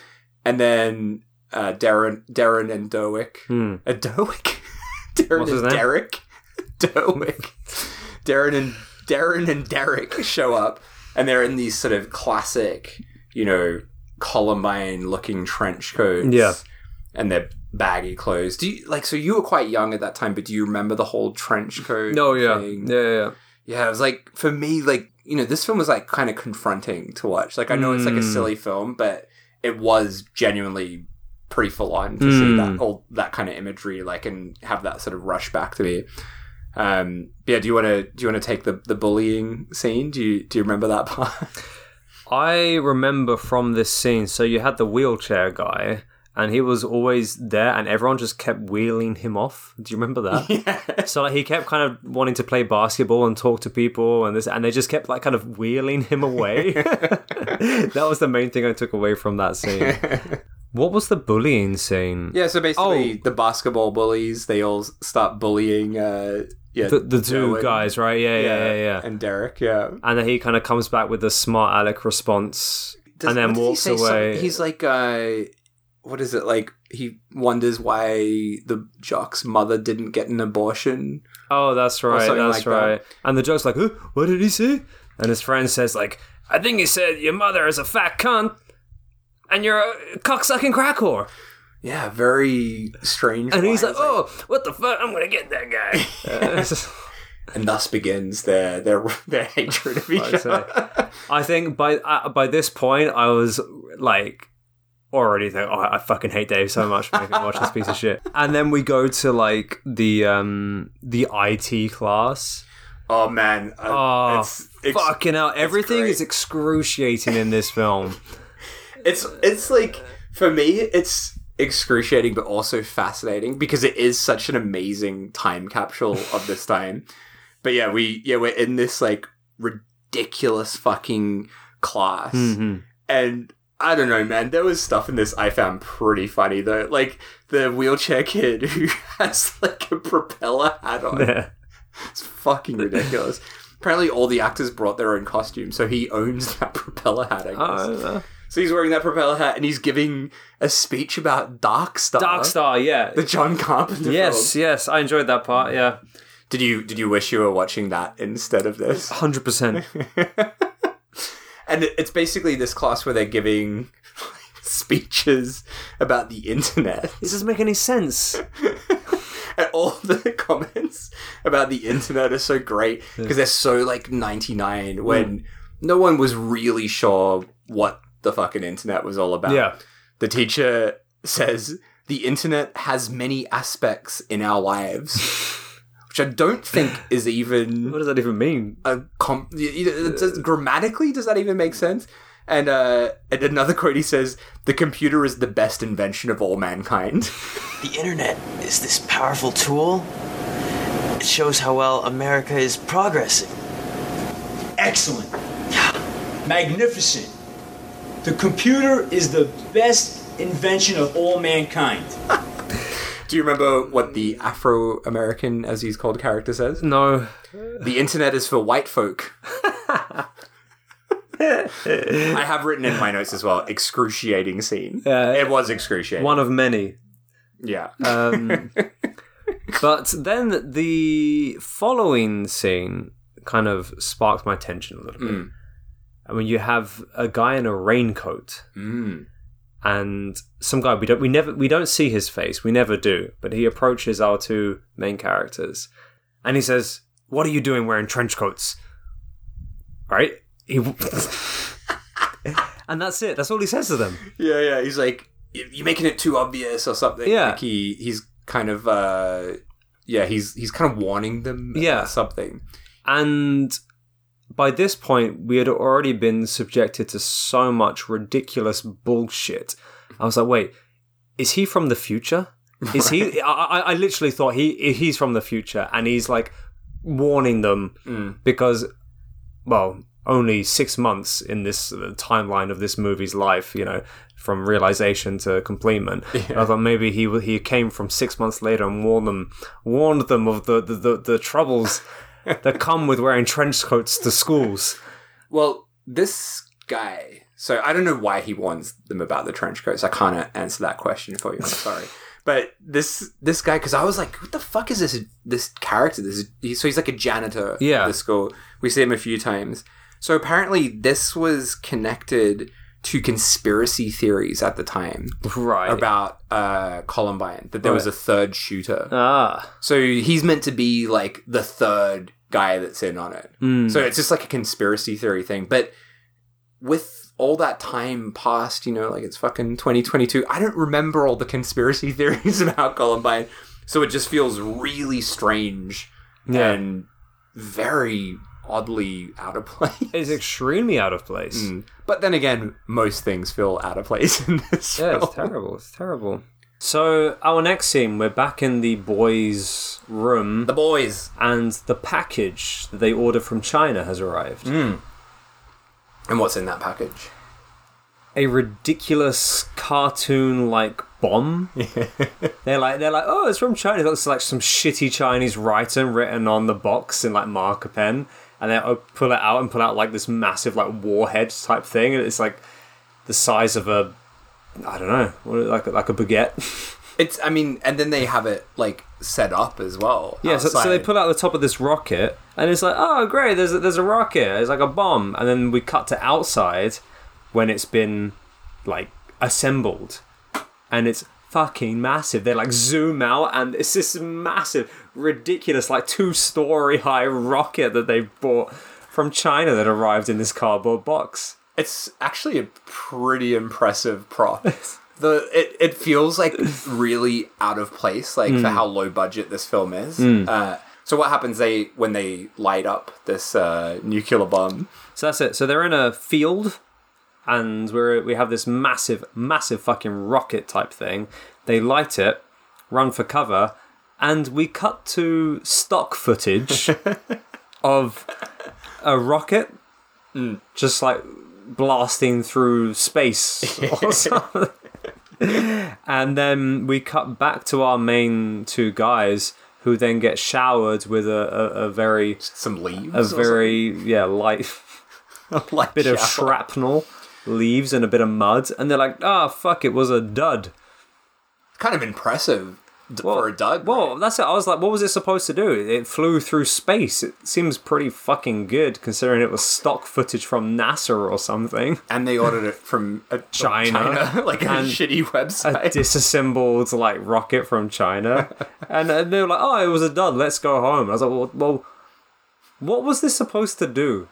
And then uh, Darren, Darren and Derwick,
Hmm.
uh, Derwick, Darren
What's his
and
name?
Derek, Derwick, Darren and Darren and Derek show up, and they're in these sort of classic, you know, Columbine-looking trench coats.
Yeah.
and they're baggy clothes. Do you like? So you were quite young at that time, but do you remember the whole trench coat?
No, Oh, yeah.
thing?
Yeah, yeah, yeah.
Yeah, it was like for me, like you know, this film was like kind of confronting to watch. Like I know it's like a
Mm.
silly film, but it was genuinely pretty full on to see
Mm.
that all that kind of imagery, like and have that sort of rush back to me. Um, yeah, do you want to do you want to take the the bullying scene? Do you do you remember that part?
I remember from this scene. So you had the wheelchair guy, and he was always there, and everyone just kept wheeling him off. Do you remember that?
yeah.
So like, he kept kind of wanting to play basketball and talk to people, and this, and they just kept like kind of wheeling him away. that was the main thing I took away from that scene. What was the bullying scene?
Yeah, so basically
Oh.
the basketball bullies, they all s- start bullying uh yeah,
The, the two
Dylan.
guys, right? Yeah, yeah, yeah, yeah.
And Derek, yeah.
And then he kind of comes back with the smart aleck response,
Does-
and then
what does
walks
he say? Some-
away.
he's like, uh, what is it? Like, he wonders why the jock's mother didn't get an abortion.
Oh, that's right.
something
That's
like that.
right. And the joke's like, huh? what did he say? And his friend says, like, I think he said your mother is a fat cunt and you're a cocksucking crack whore.
Yeah, very strange.
And he's like,
lines,
oh, what the fuck? I'm going to get that guy. Uh, it's just-
and thus begins their their their hatred of each
Fuck's
other.
I think by uh, by this point, I was like already think, oh, I fucking hate Dave so much for making me watch this piece of shit. And then we go to like the um the IT class.
oh man, uh,
Oh,
it's, it's
fucking hell! Everything
great.
is excruciating in this film.
it's it's like for me, it's excruciating but also fascinating because it is such an amazing time capsule of this time. But yeah, we yeah we're in this like ridiculous fucking class.
Mhm.
and I don't know, man. There was stuff in this I found pretty funny though, like the wheelchair kid who has like a propeller hat on.
Yeah.
it's fucking ridiculous. Apparently, all the actors brought their own costumes, so he owns that propeller hat. I guess.
Oh,
So he's wearing that propeller hat, and he's giving a speech about Dark Star.
Dark Star, yeah.
the John Carpenter.
Yes,
film.
yes, I enjoyed that part, yeah.
Did you did you wish you were watching that instead of this?
100%.
And it- it's basically this class where they're giving speeches about the internet.
this doesn't make any sense.
and all the comments about the internet are so great because they're so like 99 when
Mm.
no one was really sure what the fucking internet was all about.
Yeah.
The teacher says the internet has many aspects in our lives, which I don't think is even
What does that even mean?
a com- y- y- it does, grammatically does that even make sense and uh and another quote he says the computer is the best invention of all mankind
The internet is this powerful tool. It shows how well America is progressing.
excellent, magnificent. The computer is the best invention of all mankind.
Do you remember what the Afro American, as he's called, character says?
No,
The internet is for white folk. I have written in my notes as well. Excruciating scene.
Yeah.
it was excruciating.
one of many.
yeah.
Um, but then the following scene kind of sparked my attention a little bit.
Mm.
I mean, you have a guy in a raincoat
Mm.
and some guy we don't we never we don't see his face. We never do, but he approaches our two main characters, and he says, "What are you doing wearing trench coats?" Right? He. And that's it. That's all he says to them.
Yeah, yeah. He's like, "You- you're making it too obvious or something.
Yeah.
Like he he's kind of uh, yeah. He's he's kind of warning them. about
Yeah.
something.
And by this point, we had already been subjected to so much ridiculous bullshit. I was like, wait, is he from the future? Is he? I, I, I literally thought he he's from the future, and he's like warning them because, well, only six months in this uh, timeline of this movie's life, you know, from realization to completion. I thought maybe he wa- he came from six months later and warned them warned them of the the, the, the troubles that come with wearing trench coats to schools.
Well, this guy. So I don't know why he warns them about the trench coats. I can't answer that question for you. I'm sorry. But this this guy, because I was like, what the fuck is this this character? This he, so he's like a janitor
Yeah.
at the school. We see him a few times. So apparently, this was connected to conspiracy theories at the time
Right.
about uh, Columbine that there was a
Right.
third shooter.
ah.
So he's meant to be like the third guy that's in on it.
Mm.
So it's just like a conspiracy theory thing. But with all that time past, you know, like it's fucking 2022, I don't remember all the conspiracy theories about Columbine. So it just feels really strange
Yeah.
and very oddly out of place.
it's extremely out of place.
Mm. But then again, most things feel out of place in this
Yeah,
film.
it's terrible. It's terrible. So our next scene, we're back in the boys' room,
The boys.
and the package that they order from China has arrived.
And what's in that package?
A ridiculous cartoon-like bomb. they're like, they're like, oh, it's from China. It looks like some shitty Chinese writing written on the box in like marker pen, and they op- pull it out and pull out like this massive like warhead type thing, and it's like the size of a, I don't know, what- like like a baguette.
It's, I mean, and then they have it like set up as well.
Yeah, so, so they
outside.
pull out the top of this rocket, and it's like, oh, great, there's a, there's a rocket. It's like a bomb. And then we cut to outside when it's been, like, assembled. And it's fucking massive. They, like, zoom out, and it's this massive, ridiculous, like, two story high rocket that they bought from China that arrived in this cardboard box.
It's actually a pretty impressive prop. The it, it feels like really out of place, like
Mm.
for how low budget this film is. Uh, so what happens they when they light up this uh, nuclear bomb?
So that's it. So they're in a field, and we're we have this massive, massive fucking rocket type thing. They light it, run for cover, and we cut to stock footage of a rocket just like blasting through space or something. and then we cut back to our main two guys who then get showered with a, a, a very
Some leaves,
a very yeah light
like
bit of shrapnel, leaves, and a bit of mud, and they're like, "Ah, fuck! It was a dud."
kind of impressive d- for a dud.
Well,
right?
that's it. I was like, "What was it supposed to do? It flew through space. It seems pretty fucking good considering it was stock footage from NASA or something."
and they ordered it from a,
China.
China, like a
And
shitty
A
website.
disassembled like rocket from China, and, and they were like, "Oh, it was a dud. Let's go home." I was like, "Well." well what was this supposed to do?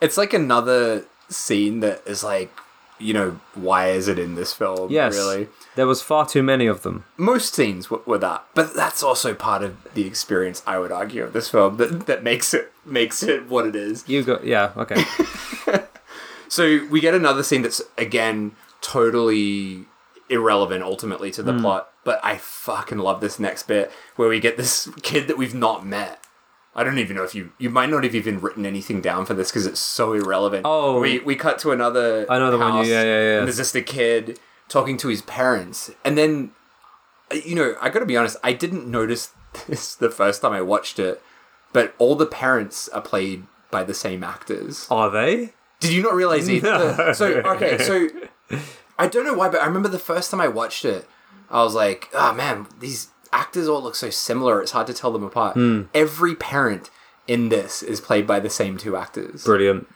It's like another scene that is like, you know, why is it in this film?
Yes,
really.
there was far too many of them.
most scenes w- were that, but that's also part of the experience. I would argue of this film that that makes it makes it what it is.
You got yeah okay.
So we get another scene that's again totally irrelevant ultimately to the
Hmm.
plot, but I fucking love this next bit where we get this kid that we've not met. I don't even know if you you might not have even written anything down for this because it's so irrelevant.
Oh.
we we cut to another
Another one,
house,
yeah, yeah, yeah.
And there's just a kid talking to his parents, and then uh, you know, I got to be honest, I didn't notice this the first time I watched it, but all the parents are played by the same actors.
Are they?
Did you not realize either?
No.
So okay, so I don't know why, but I remember the first time I watched it, I was like, "Oh man, these actors all look so similar. It's hard to tell them apart." Every parent in this is played by the same two actors.
Brilliant.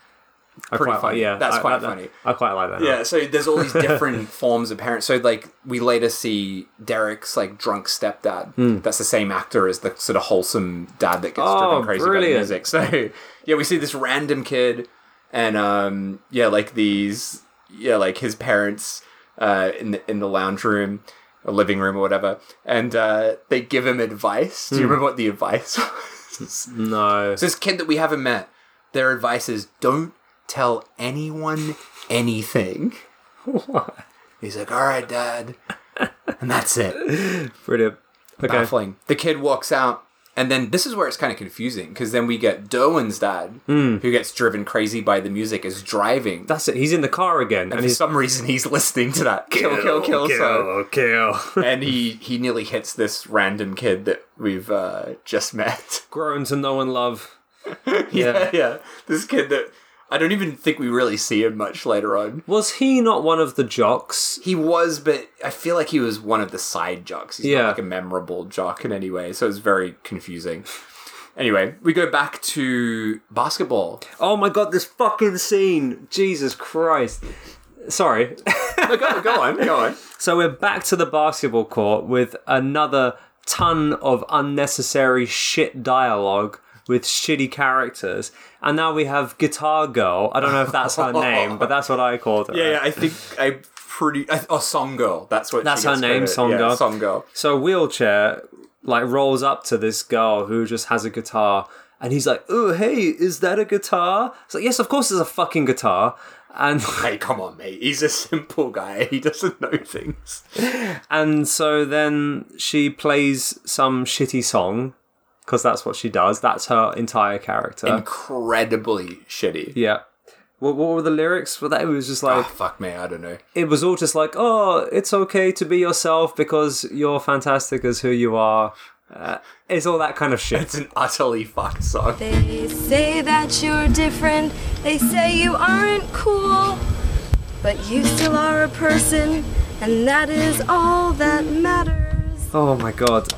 I
Pretty
quite,
funny.
Yeah,
That's
I-
quite
I-
funny.
I quite like that.
Yeah, so there's all these different forms of parents. So like we later see Derek's like drunk stepdad. That's the same actor as the sort of wholesome dad that gets
Hmm. Oh,
driven crazy
brilliant.
by the music. So yeah, we see this random kid and um yeah, like these yeah, like his parents uh in the in the lounge room or living room or whatever. And uh they give him advice. Do
Hmm.
you remember what the advice was?
No.
So this kid that we haven't met, their advice is don't tell anyone anything. He's like, all right, dad. And that's it.
Brilliant. Okay.
Baffling. The kid walks out. And then this is where it's kind of confusing because then we get Derwin's dad, who gets driven crazy by the music, is driving.
That's it. He's in the car again, and
and for
he's
some reason, he's listening to that kill, kill, kill, song.
kill.
And he, he nearly hits this random kid that we've uh, just met.
Grown to know and love.
yeah, yeah. This kid that I don't even think we really see him much later on.
Was he not one of the jocks?
He was, but I feel like he was one of the side jocks. He's
Yeah.
not like a memorable jock in any way, so it's very confusing. Anyway, we go back to basketball.
Oh my god, this fucking scene! Jesus Christ. Sorry.
No, Oh, go, go on, go on.
so we're back to the basketball court with another ton of unnecessary shit dialogue with shitty characters, and now we have Guitar Girl. I don't know if that's her name, but that's what I called her.
Yeah, yeah I think I pretty. I, oh, Song Girl. That's what. she
That's her
gets
name,
credit.
Song
yeah,
Girl.
Song Girl.
So wheelchair like rolls up to this girl who just has a guitar, and he's like, "Oh hey, is that a guitar?" It's like, "Yes, of course, it's a fucking guitar." And
Hey, come on, mate. He's a simple guy. He doesn't know things.
and so then she plays some shitty song because that's what she does. That's her entire character.
Incredibly shitty.
yeah. What, what were the lyrics for that? It was just like
Ah, fuck me. I don't know.
it was all just like, oh, it's okay to be yourself because you're fantastic as who you are. Uh, it's all that kind of shit.
It's an utterly fucked song.
They say that you're different. They say you aren't cool. But you still are a person, and that is all that matters.
Oh my god.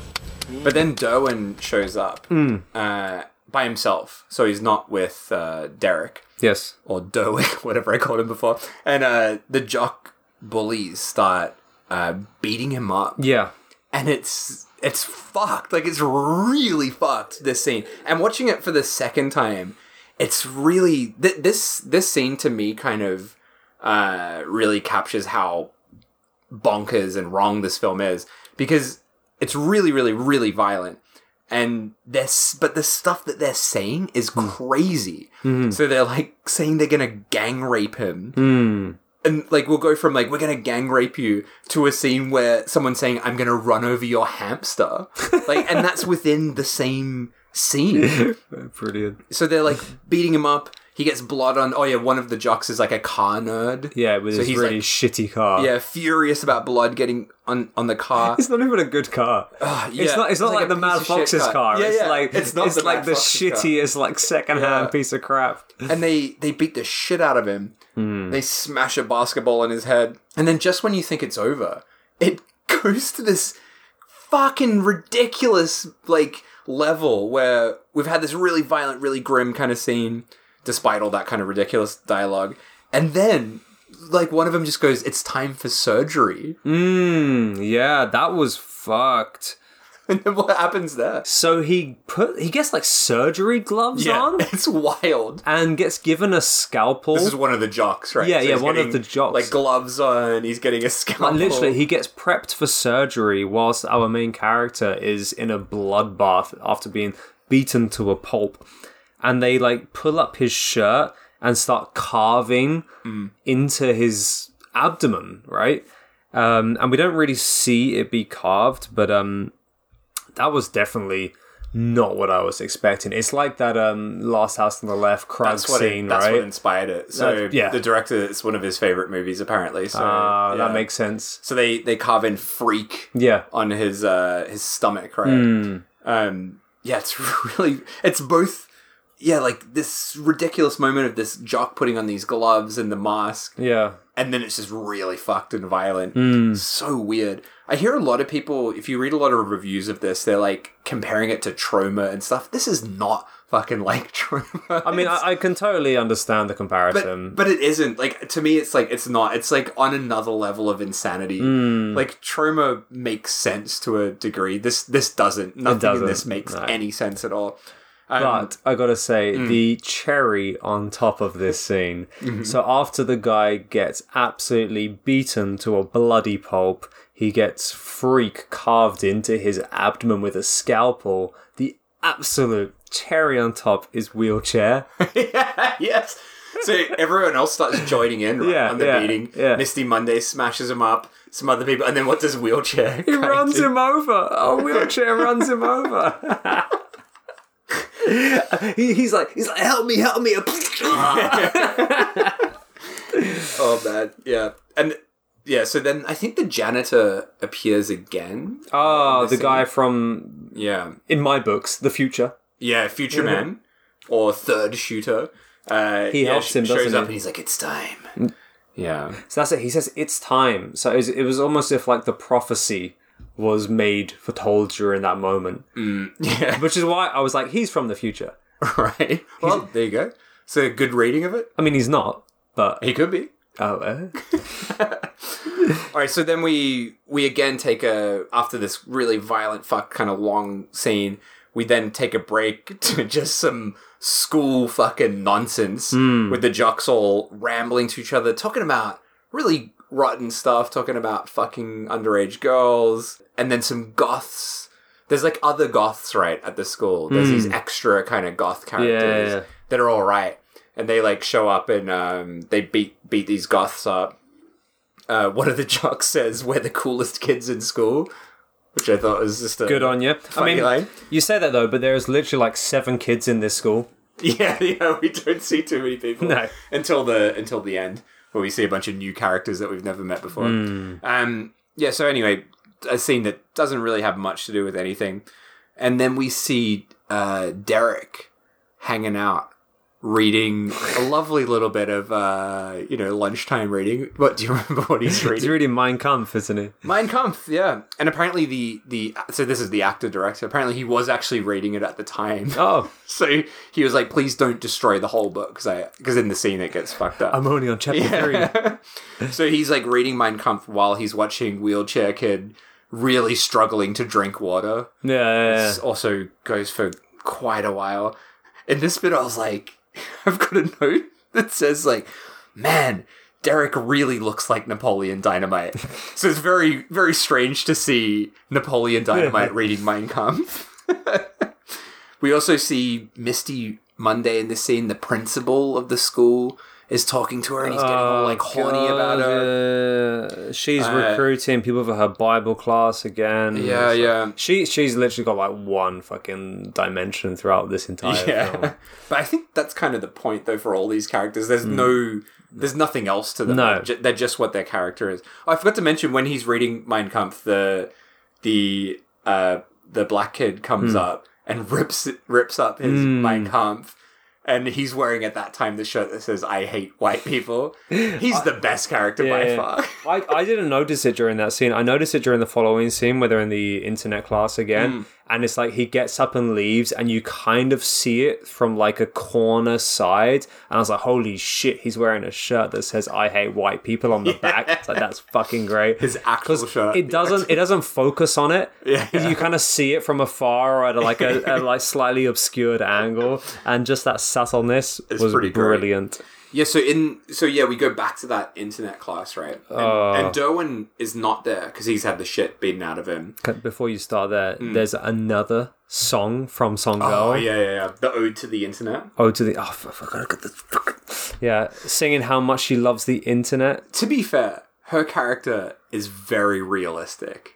But then Derwin shows up uh, by himself, so he's not with uh, Derek
Yes.
or Derwick, whatever I called him before. And uh, the jock bullies start uh, beating him up,
Yeah.
and it's it's fucked. Like it's really fucked. This scene, and watching it for the second time, it's really th- this this scene to me kind of uh, really captures how bonkers and wrong this film is because it's really really really violent and this but the stuff that they're saying is crazy so they're like saying they're gonna gang rape him and like we'll go from like we're gonna gang rape you to a scene where someone's saying i'm gonna run over your hamster like and that's within the same scene
Brilliant.
so they're like beating him up he gets blood on oh yeah one of the jocks is like a car nerd
Yeah, with
So
this
he's,
really
like-
shitty car.
yeah furious about blood getting on on the car Uh,
It's not even a good car. It's
yeah.
not. It's not
It's like
like,
a
the
piece
Mad
of shit
Fox's
car.
car.
Yeah,
it's
yeah.
like it's,
It's not the
like
Mad
the
Fox's car.
shittiest like secondhand
Yeah.
piece of crap.
and they they beat the shit out of him.
Hmm.
They smash a basketball in his head, and then just when you think it's over, it goes to this fucking ridiculous like level where we've had this really violent, really grim kind of scene, despite all that kind of ridiculous dialogue, and then like one of them just goes, "It's time for surgery,"
Mmm. Yeah, that was fucked.
and then what happens there?
So he put he gets like surgery gloves on
it's wild.
and gets given a scalpel.
This is one of the jocks, right?
Yeah, yeah,
he's
one of
getting,
the jocks.
Like gloves on, he's getting a scalpel.
Like, literally, he gets prepped for surgery whilst our main character is in a bloodbath after being beaten to a pulp. And they like pull up his shirt and start carving
Mm.
into his abdomen, right? Um, and we don't really see it be carved, but um, that was definitely not what I was expecting. It's like that um Last House on the Left crime
That's what, it-
scene,
that's
right?
what inspired it. So
That's- yeah.
the director, it's one of his favorite movies, apparently. So
Ah,
yeah.
that makes sense.
So they they carve in freak
Yeah. Hmm.
on his uh his stomach, right? Um yeah, it's really it's both yeah, like this ridiculous moment of this jock putting on these gloves and the mask,
Yeah.
and then it's just really fucked and violent.
Hmm.
So weird. I hear a lot of people, if you read a lot of reviews of this, they're like comparing it to trauma and stuff. This is not fucking like trauma.
I mean, I, I can totally understand the comparison.
but, but it isn't like to me it's like it's not it's like on another level of insanity
Hmm.
like trauma makes sense to a degree this this doesn't nothing
doesn't,
in this makes
no.
any sense at all um,
But I gotta say, the cherry on top of this scene. So after the guy gets absolutely beaten to a bloody pulp, he gets freak carved into his abdomen with a scalpel. The absolute cherry on top is wheelchair.
yes so everyone else starts joining in right,
Yeah,
on the
yeah,
meeting
yeah.
misty monday smashes him up some other people and then what does wheelchair
He runs him over. A wheelchair runs him over. he, he's like, he's like, help me, help me.
oh man yeah and yeah so then i think the janitor appears again
Oh, the guy from,
yeah
in my books, The Future.
Yeah, Future Man or Third Shooter. Uh,
He
yeah,
helps
sh-
him,
Shows
doesn't he?
up
Mm.
and he's like, "It's time." Yeah,
So that's it. He says it's time. So it was, it was almost if like the prophecy was made foretold during that moment,
yeah,
which is why I was like, he's from the future.
right. Well, there you go. So good rating of it.
I mean, he's not, but
He could be.
oh, eh?
All right. So then we we again take a after this really violent fuck kind of long scene. We then take a break to just some school fucking nonsense
Hmm.
with the jocks all rambling to each other, talking about really rotten stuff, talking about fucking underage girls, and then some goths. There's like other goths, right, at the school. There's these extra kind of goth characters
Hmm. Yeah, yeah, yeah.
that are all right, and they like show up and um, they beat beat these goths up uh, one of the jocks says we're the coolest kids in school, which I thought was just a
good on you. I
Funny
mean,
line.
you say that though, but there is literally like seven kids in this school.
Yeah, yeah, we don't see too many people
No.
until the until the end where we see a bunch of new characters that we've never met before.
Hmm.
Um, yeah. So anyway, a scene that doesn't really have much to do with anything, and then we see uh, Derek hanging out. Reading a lovely little bit of uh, you know lunchtime reading. What do you remember what he's reading?
It's really Mein Kampf, isn't it?
Mein Kampf, yeah. And apparently the the so this is the actor director. Apparently he was actually reading it at the time.
Oh,
So he was like, "Please don't destroy the whole book," because I because in the scene it gets fucked up.
I'm only on chapter three.
Yeah. so he's like reading Mein Kampf while he's watching Wheelchair Kid really struggling to drink water.
Yeah, yeah,
This also goes for quite a while. In this bit, I was like, I've got a note that says like, man, Derek really looks like Napoleon Dynamite. so it's very, very strange to see Napoleon Dynamite reading Mein Kampf. we also see Misty Monday in this scene. The principal of the school is talking to her, and he's getting all like horny about her.
Oh, her. she's
Uh,
recruiting people for her Bible class again.
Yeah,
It's like-
yeah.
She she's literally got like one fucking dimension throughout this entire film.
Yeah, but I think that's kind of the point, though, for all these characters. There's no, there's nothing else to them.
Mm. No.
They're, ju- they're just what their character is. Oh, I forgot to mention when he's reading Mein Kampf, the the uh, the black kid
Hmm.
comes up and rips rips up his Mein Kampf. And he's wearing at that time the shirt that says "I hate white people." He's the best character by
Yeah.
far.
I, I didn't notice it during that scene. I noticed it during the following scene where they're in the internet class
Mm.
again. And it's like he gets up and leaves, and you kind of see it from like a corner side. And I was like, holy shit, he's wearing a shirt that says, I hate white people on the back. It's like, that's fucking great.
His actual
'Cause
shirt,
It
yeah.
doesn't, it doesn't focus on it.
Yeah.
You kind of see it from afar or at like a, a like slightly obscured angle. And just that subtleness was
pretty great.
brilliant.
Yeah, so in so yeah, we go back to that internet class, right? And, and Derwin is not there because he's had the shit beaten out of him.
C- Before you start there, there's another song from Song Girl.
Hmm. Oh yeah, yeah, yeah. The ode to the internet.
Oh, to the oh, f- I forgot I got this. fuck. Yeah, singing how much she loves the internet.
To be fair, her character is very realistic.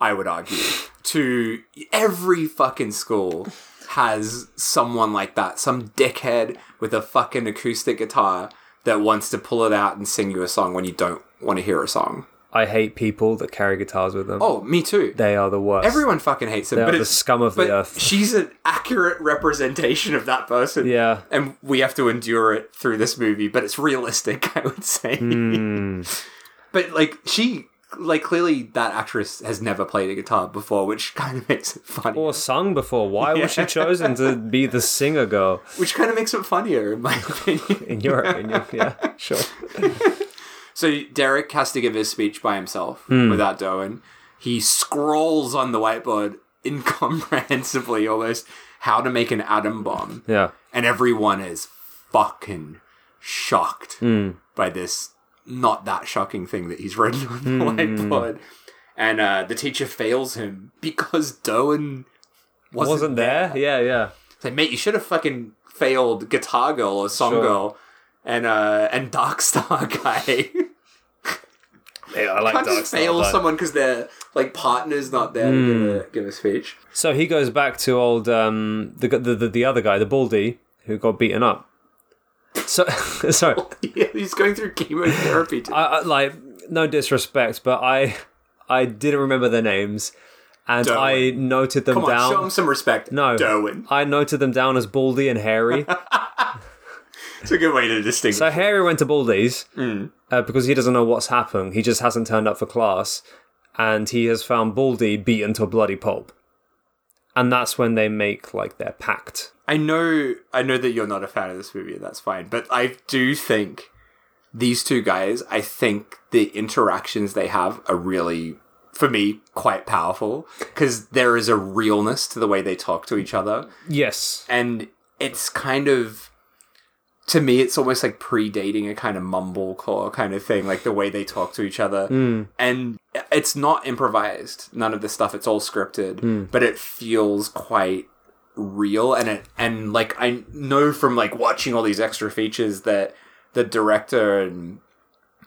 I would argue. to every fucking school has someone like that, some dickhead with a fucking acoustic guitar that wants to pull it out and sing you a song when you don't want to hear a song.
I hate people that carry guitars with them.
Oh, me too.
They are the worst.
Everyone fucking hates him.
They
but
are the
it's-
scum of the
but
earth.
She's an accurate representation of that person.
Yeah.
And we have to endure it through this movie, but it's realistic, I would say.
Hmm.
but like she like clearly that actress has never played a guitar before, which kind of makes it funny.
Or sung before. Why was she chosen to be the singer girl?
Which kind of makes it funnier, in my opinion.
In your opinion, yeah, sure.
So Derek has to give his speech by himself
Hmm.
without Doan. He scrawls on the whiteboard incomprehensibly almost how to make an atom bomb.
Yeah.
And everyone is fucking shocked
Hmm.
by this not that shocking thing that he's written on the
Hmm.
whiteboard. And uh, the teacher fails him because Doan wasn't,
Wasn't
there.
there? Yeah, yeah.
It's like, mate, you should have fucking failed Guitar Girl or Song
Sure.
Girl and uh, and Dark Star guy.
Yeah, I like
can't just fail someone because their like partner's not there to
Hmm.
give a, give a speech.
So he goes back to old um, the, the the the other guy, the baldy, who got beaten up. So sorry,
yeah, he's going through chemotherapy. To-
I, I, like no disrespect, but I I didn't remember their names, and
Don't
I
worry.
noted them
Come on,
down.
show him some respect.
no,
Derwin.
I noted them down as baldy and hairy.
It's a good way to distinguish.
So Harry went to Baldy's
Mm.
uh, because he doesn't know what's happened. He just hasn't turned up for class, and he has found Baldy beaten to a bloody pulp. And that's when they make like their pact.
I know, I know that you're not a fan of this movie. and That's fine, but I do think these two guys. I think the interactions they have are really, for me, quite powerful because there is a realness to the way they talk to each other.
Yes,
and it's kind of to me it's almost like predating a kind of mumblecore kind of thing like the way they talk to each other and it's not improvised none of this stuff it's all scripted but it feels quite real and it and like i know from like watching all these extra features that the director and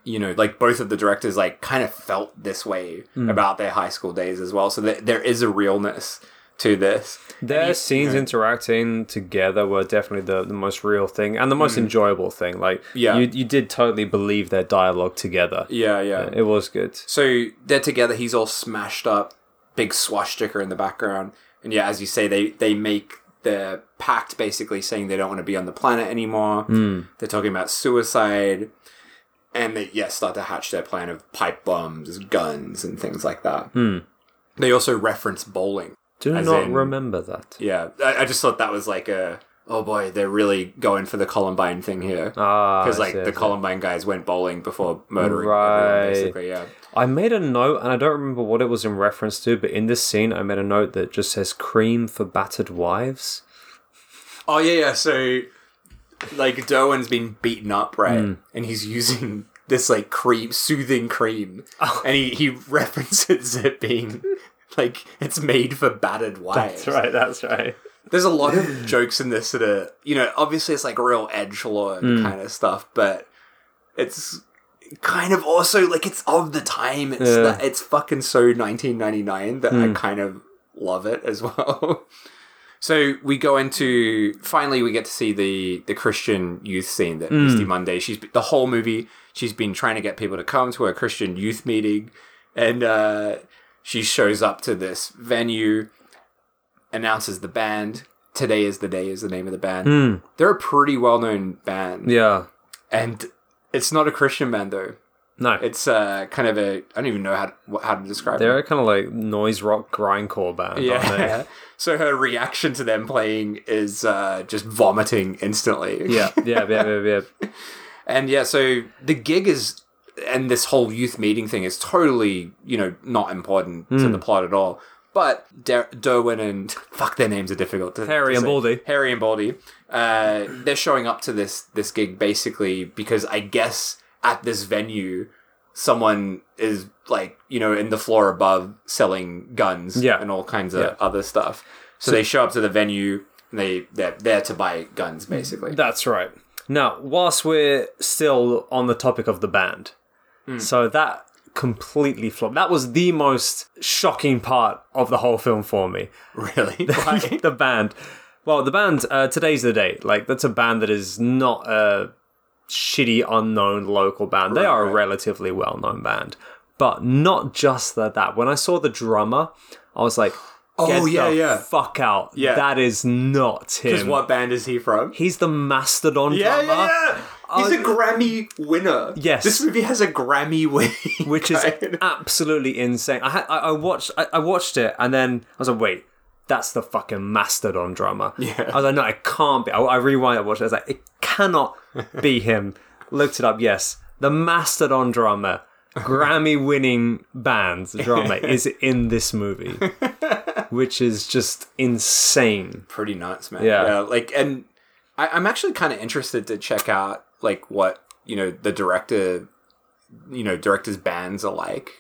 you know like both of the directors like kind of felt this way about their high school days as well so there, there is a realness to this
their scenes interacting together were definitely the, the most real thing and the most enjoyable thing. Like,
Mm. Yeah.
you you did totally believe their dialogue together.
yeah yeah
It was good.
So they're together. He's all smashed up, big swastika in the background, and yeah, as you say, they they make the pact basically saying they don't want to be on the planet anymore.
Hmm.
They're talking about suicide, and they yeah start to hatch their plan of pipe bombs, guns, and things like that.
Hmm.
They also reference bowling.
Do
As
not
in-
remember that.
Yeah, I, I just thought that was like a oh boy, they're really going for the Columbine thing here
Ah,
because
I
like
see, I
the
see.
Columbine guys went bowling before murdering
Right.
everyone, basically. Yeah.
I made a note, and I don't remember what it was in reference to, but in this scene, I made a note that just says cream for battered wives.
Oh yeah, yeah. So like Derwin's been beaten up, right?
Hmm.
And he's using this like cream, soothing cream,
Oh.
and he he references it being like it's made for battered wives.
that's right.
There's a lot of jokes in this that are you know obviously it's like real edge lord kind of stuff, but it's kind of also like it's of the time. It's
Yeah.
that, it's fucking so 1999 that I kind of love it as well. So we go into finally we get to see the the Christian youth scene that Misty Monday. She's the whole movie. She's been trying to get people to come to a Christian youth meeting, and uh, she shows up to this venue, announces the band. Today is the day is the name of the band. They're a pretty well known band,
Hmm. Yeah.
and it's not a Christian band though.
No.
It's uh, kind of a I don't even know how to, what- how to describe it.
They're kind of like noise rock grindcore band, aren't they?
Yeah. So her reaction to them playing is uh, just vomiting instantly.
Yeah, yeah, yeah, yeah, yeah.
And yeah, so the gig is, and this whole youth meeting thing is totally, you know, not important to the plot at all. But Der- Derwin and fuck, their names are difficult. To,
Harry
to
and
say.
Baldy.
Harry and Baldy. Uh, they're showing up to this this gig basically because I guess at this venue, someone is like you know in the floor above selling guns
Yeah.
and all kinds of
Yeah.
other stuff. So, they show up to the venue. And they they're there to buy guns basically.
That's right.
Hmm.
Now, whilst we're still on the topic of the band, so that completely flopped. That was the most shocking part of the whole film for me.
Really? Why?
the band. Well, the band, uh, Today's the Day. Like, that's a band that is not a shitty, unknown local band. they are a relatively well known band. But not just that, that. When I saw the drummer, I was like, Get
Oh, yeah,
the
yeah.
fuck out.
Yeah.
That is not
Because
him.
what band is he from?
He's the Mastodon
Yeah,
drummer.
yeah, yeah. He's
Uh,
a Grammy winner.
yes.
This movie has a Grammy win.
which is absolutely insane. I had, I, I watched I, I watched it and then I was like, wait, that's the fucking Mastodon drama.
Yeah.
I was like, no, it can't be. I, I rewind. I watched it. I was like, it cannot be him. Looked it up. Yes, the Mastodon drama. Grammy winning band's drama is in this movie, which is just insane.
Pretty nuts, man.
Yeah.
like, and I, I'm actually kind of interested to check out, like, what, you know, the director, you know, director's bands are like.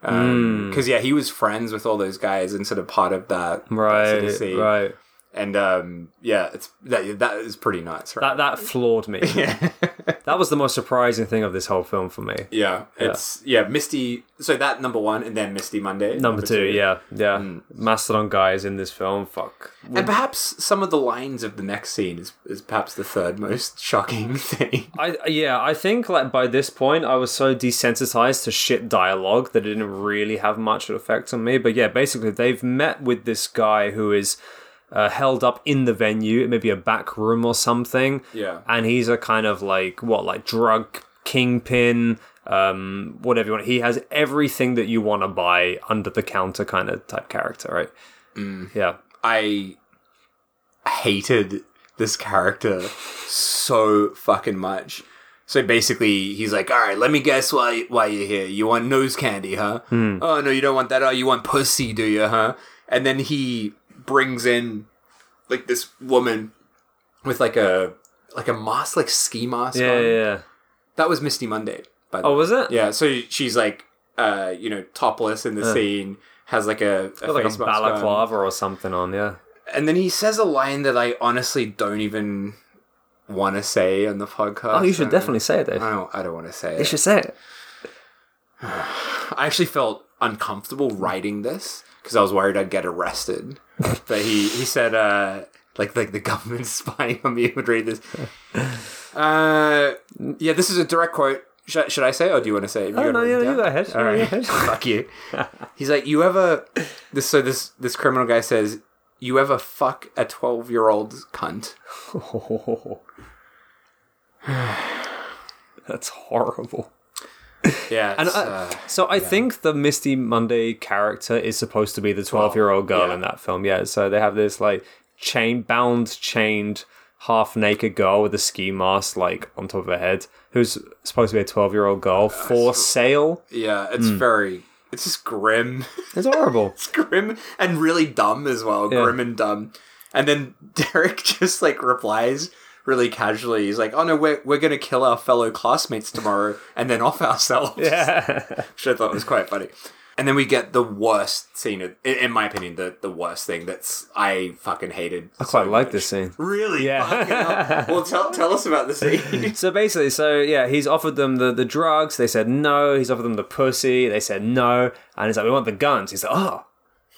Because, yeah, he was friends with all those guys and sort of part of that. that
Right,
CDC.
right.
And, um, yeah, it's that, that is pretty nuts,
That
right?
that floored me. that was the most surprising thing of this whole film for me.
yeah, it's yeah, Misty. So that number one, and then Misty Monday,
Number two, yeah, yeah. Mastodon guys in this film, fuck.
And perhaps some of the lines of the next scene is, is perhaps the third most shocking thing.
I yeah, I think like by this point I was so desensitized to shit dialogue that it didn't really have much effect on me. But yeah, basically they've met with this guy who is uh, held up in the venue, maybe a back room or something.
Yeah.
and he's a kind of like what, like drug kingpin, um, whatever you want. He has everything that you want to buy under the counter kind of type character, right? Yeah,
I hated this character so fucking much. So basically, he's like, "All right, let me guess why why you're here. You want nose candy, huh?
Hmm.
Oh no, you don't want that. Oh, you want pussy, do you, huh?" And then he brings in like this woman with like a like a mask, like ski mask.
yeah,
on.
yeah. yeah.
That was Misty Monday. By the
Oh,
way.
was it?
Yeah, so she's like, uh, you know, topless in the scene, has like a, a
Uh. Got like a
face mask on.
balaclava or something on, yeah.
and then he says a line that I honestly don't even want to say on the podcast.
Oh, you should
I-
definitely say it, Dave.
I don't. I don't want to say
You
it.
should say it.
I actually felt uncomfortable writing this because I was worried I'd get arrested. but he he said uh, like like the government's spying on me would read this. Uh, yeah, this is a direct quote. Should, should I say, it or do you want to say? it?
Oh,
got it
no,
written
yeah,
down?
you go ahead.
All
Yeah,
right,
go ahead.
fuck you. He's like, you ever? This so this this criminal guy says, you ever fuck a twelve year old cunt?
That's horrible.
Yeah,
And
it's,
uh,
uh,
so I think the Misty Monday character is supposed to be the 12 year old girl
yeah.
in that film. Yeah, so they have this like chain bound, chained, half naked girl with a ski mask like on top of her head who's supposed to be a 12 year old girl for sale.
yeah, it's
Hmm.
very. It's just grim.
It's horrible.
It's grim and really dumb as well.
Yeah.
Grim and dumb. And then Derek just like replies really casually. He's like, "Oh no, we're we're gonna kill our fellow classmates tomorrow, and then off ourselves."
yeah.
which I thought was quite funny. And then we get the worst scene, of, in, in my opinion, the, the worst thing that's I fucking hated.
I quite like this scene.
Really?
Yeah.
Fucking hell. well, tell, tell us about the scene.
So basically, so yeah, he's offered them the, the drugs. They said no. He's offered them the pussy. They said no. And he's like, we want the guns. He's like, oh,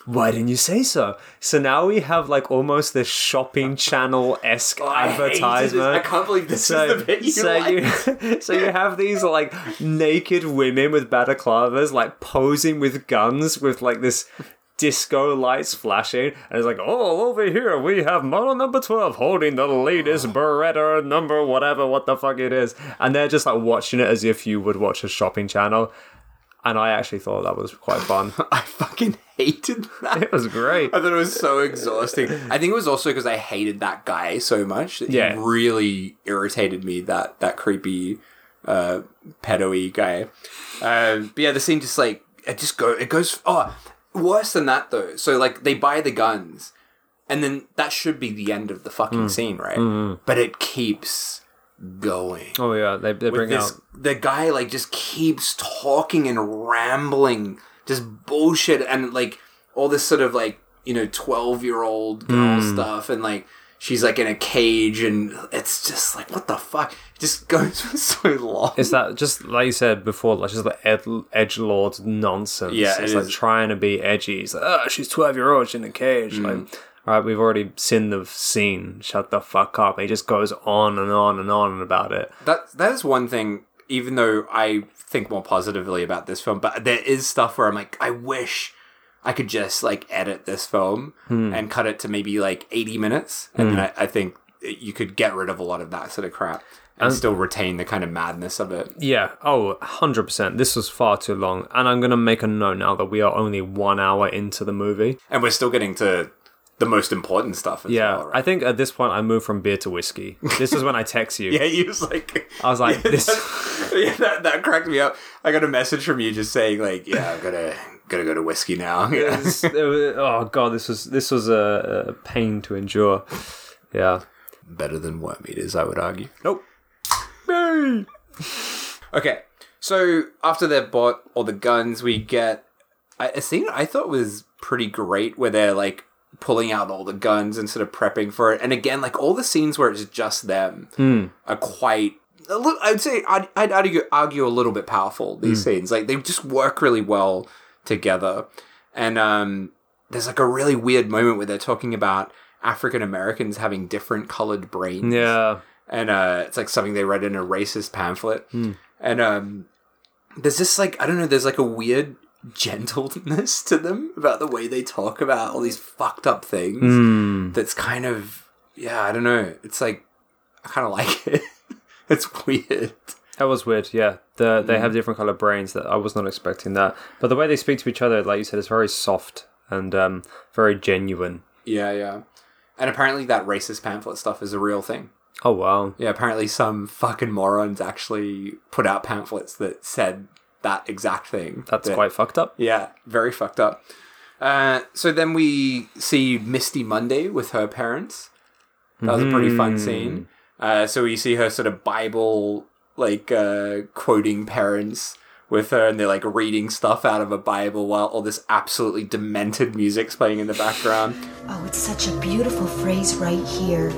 why didn't you say so? So now we have like almost this shopping channel esque
Oh, I hated this.
advertisement.
I can't believe this is the bit you
so you so you have these like naked women with balaclavas like posing with guns with like this disco lights flashing and it's like oh over here we have model number 12 holding the latest beretta number whatever what the fuck it is and they're just like watching it as if you would watch a shopping channel and i actually thought that was quite fun
I fucking hated that.
it was great
I thought it was so exhausting. I think it was also because I hated that guy so much. That
Yeah.
He really irritated me, that, that creepy, uh, pedo-y guy. Um, but yeah, the scene just like, it just go, it goes, oh, worse than that though. So like, they buy the guns and then that should be the end of the fucking scene, right? But it keeps going
oh yeah they, they bring
this,
out
the guy like just keeps talking and rambling just
Hmm.
bullshit and like all this sort of like you know 12 year old girl stuff and like she's like in a cage, and it's just like what the fuck. It just goes for so long.
It's that just like you said before, like just like ed- edge lord nonsense.
Yeah, it
it's like
is.
trying to be edgy. It's like, oh, she's twelve year old, she's in the
Mm.
cage. Like, all right, we've already seen the scene. Shut the fuck up. He just goes on and on and on about it.
that that is one thing even though i think more positively about this film but there is stuff where i'm like i wish i could just like edit this film
Hmm.
and cut it to maybe like 80 minutes and then I, I think you could get rid of a lot of that sort of crap and
Um,
still retain the kind of madness of it
Yeah. Oh, 100%. This was far too long. And I'm going to make a note now that we are only one hour into the movie.
and we're still getting to the most important stuff as
Yeah.
well,
I
right?
think at this point I moved from beer to whiskey. This is when I text you.
yeah, he was like,
I was like, this.
yeah, that, that cracked me up. I got a message from you just saying like, yeah, I'm gonna gonna go to whiskey now. Yeah.
This- it was- oh god, this was this was a, a pain to endure. Yeah.
better than worm eaters, I would argue.
Nope.
Okay, so after they've bought all the guns, we get a a scene I thought was pretty great where they're like pulling out all the guns and sort of prepping for it. And again, like all the scenes where it's just them are quite. A little, I'd say I'd, I'd argue, argue a little bit powerful. These scenes, like they just work really well together. And um, there's like a really weird moment where they're talking about African Americans having different colored brains
Yeah.
and uh, it's like something they read in a racist pamphlet. And um, there's this like I don't know, there's like a weird gentleness to them about the way they talk about all these fucked up things. That's kind of yeah, I don't know. It's like I kind of like it. it's weird.
That was weird. Yeah. The, they have different color brains that I was not expecting that. But the way they speak to each other, like you said, is very soft and um, very genuine.
Yeah, yeah. And apparently that racist pamphlet stuff is a real thing.
Oh wow.
Yeah, apparently some fucking morons actually put out pamphlets that said that exact thing.
That's
That-
quite fucked up.
Yeah, very fucked up. Uh, so then we see Misty Monday with her parents. That was a pretty fun scene. Uh, so we see her sort of Bible, like uh, quoting parents with her, and they're like reading stuff out of a Bible while all this absolutely demented music's playing in the background.
Oh, it's such a beautiful phrase right here.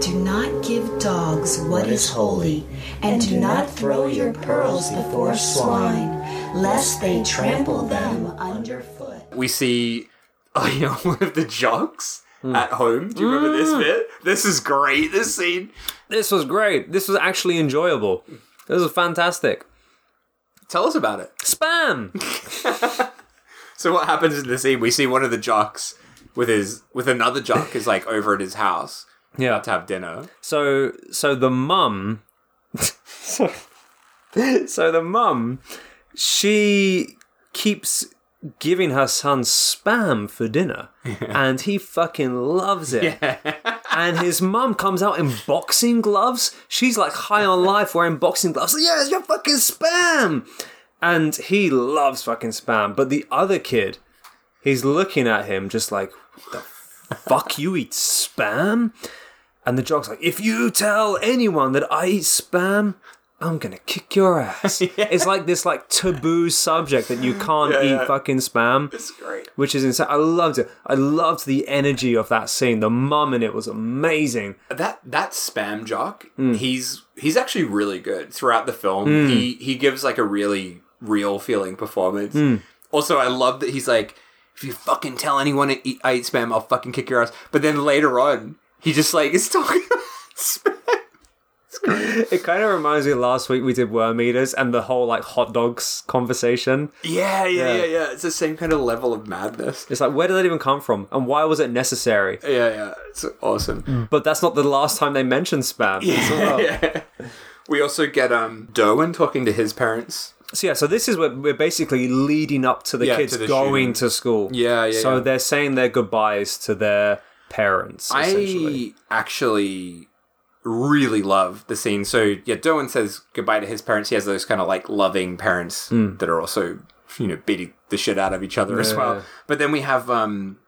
Do not give dogs what is holy, and do not throw your pearls before swine, lest they trample them underfoot.
we see oh, you know, one of the jocks at home. Do you remember this bit? This is great. This scene.
This was great. This was actually enjoyable. This was fantastic.
Tell us about it.
Spam.
So what happens in the scene? We see one of the jocks with his with another jock is like over at his house
Yeah.
to have dinner.
So so the mum so, so the mum she keeps giving her son spam for dinner and he fucking loves it. and his mum comes out in boxing gloves. She's like high on life wearing boxing gloves. Yeah, it's your fucking spam. And he loves fucking spam, but the other kid he's looking at him just like what the fuck you eat spam? And the jock's like, if you tell anyone that I eat spam, I'm gonna kick your ass. It's like this like taboo subject that you can't eat
yeah.
fucking spam.
It's great.
Which is insane. I loved it. I loved the energy of that scene. The mum in it was amazing.
That that spam jock, he's he's actually really good throughout the film. He he gives like a really real feeling performance. Also, I love that he's like, if you fucking tell anyone I eat, I eat spam, I'll fucking kick your ass. But then later on, he just like is talking about spam.
It kind of reminds me last week we did worm eaters and the whole like hot dogs conversation.
Yeah, yeah, yeah,
Yeah.
yeah, It's the same kind of level of madness.
It's like, where did that even come from? And why was it necessary?
Yeah, yeah. It's awesome.
But that's not the last time they mentioned spam. as well.
Yeah. We also get um Derwin talking to his parents.
So yeah, so this is where we're basically leading up to the
Yeah,
kids
to the
going
shooting.
to school.
Yeah, yeah,
So
yeah.
they're saying their goodbyes to their parents. Essentially.
I actually really love the scene. So yeah, Derwin says goodbye to his parents. He has those kind of like loving parents that are also you know beating the shit out of each other as well. But then we have um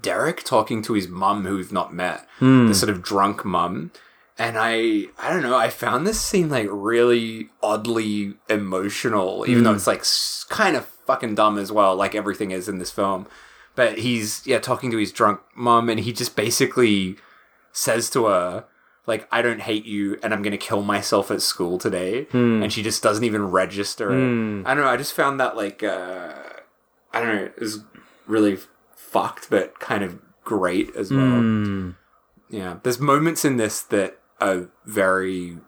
Derek talking to his mum who we've not met, the sort of drunk mum. And I, I don't know. I found this scene like really oddly emotional, even though it's like s- kind of fucking dumb as well, like everything is in this film. But he's yeah talking to his drunk mum, and he just basically says to her, like, I don't hate you and I'm going to kill myself at school today.
Hmm.
And she just doesn't even register it. I don't know. I just found that, like, uh, I don't know, it was really fucked, but kind of great as well.
Hmm.
Yeah. There's moments in this that are very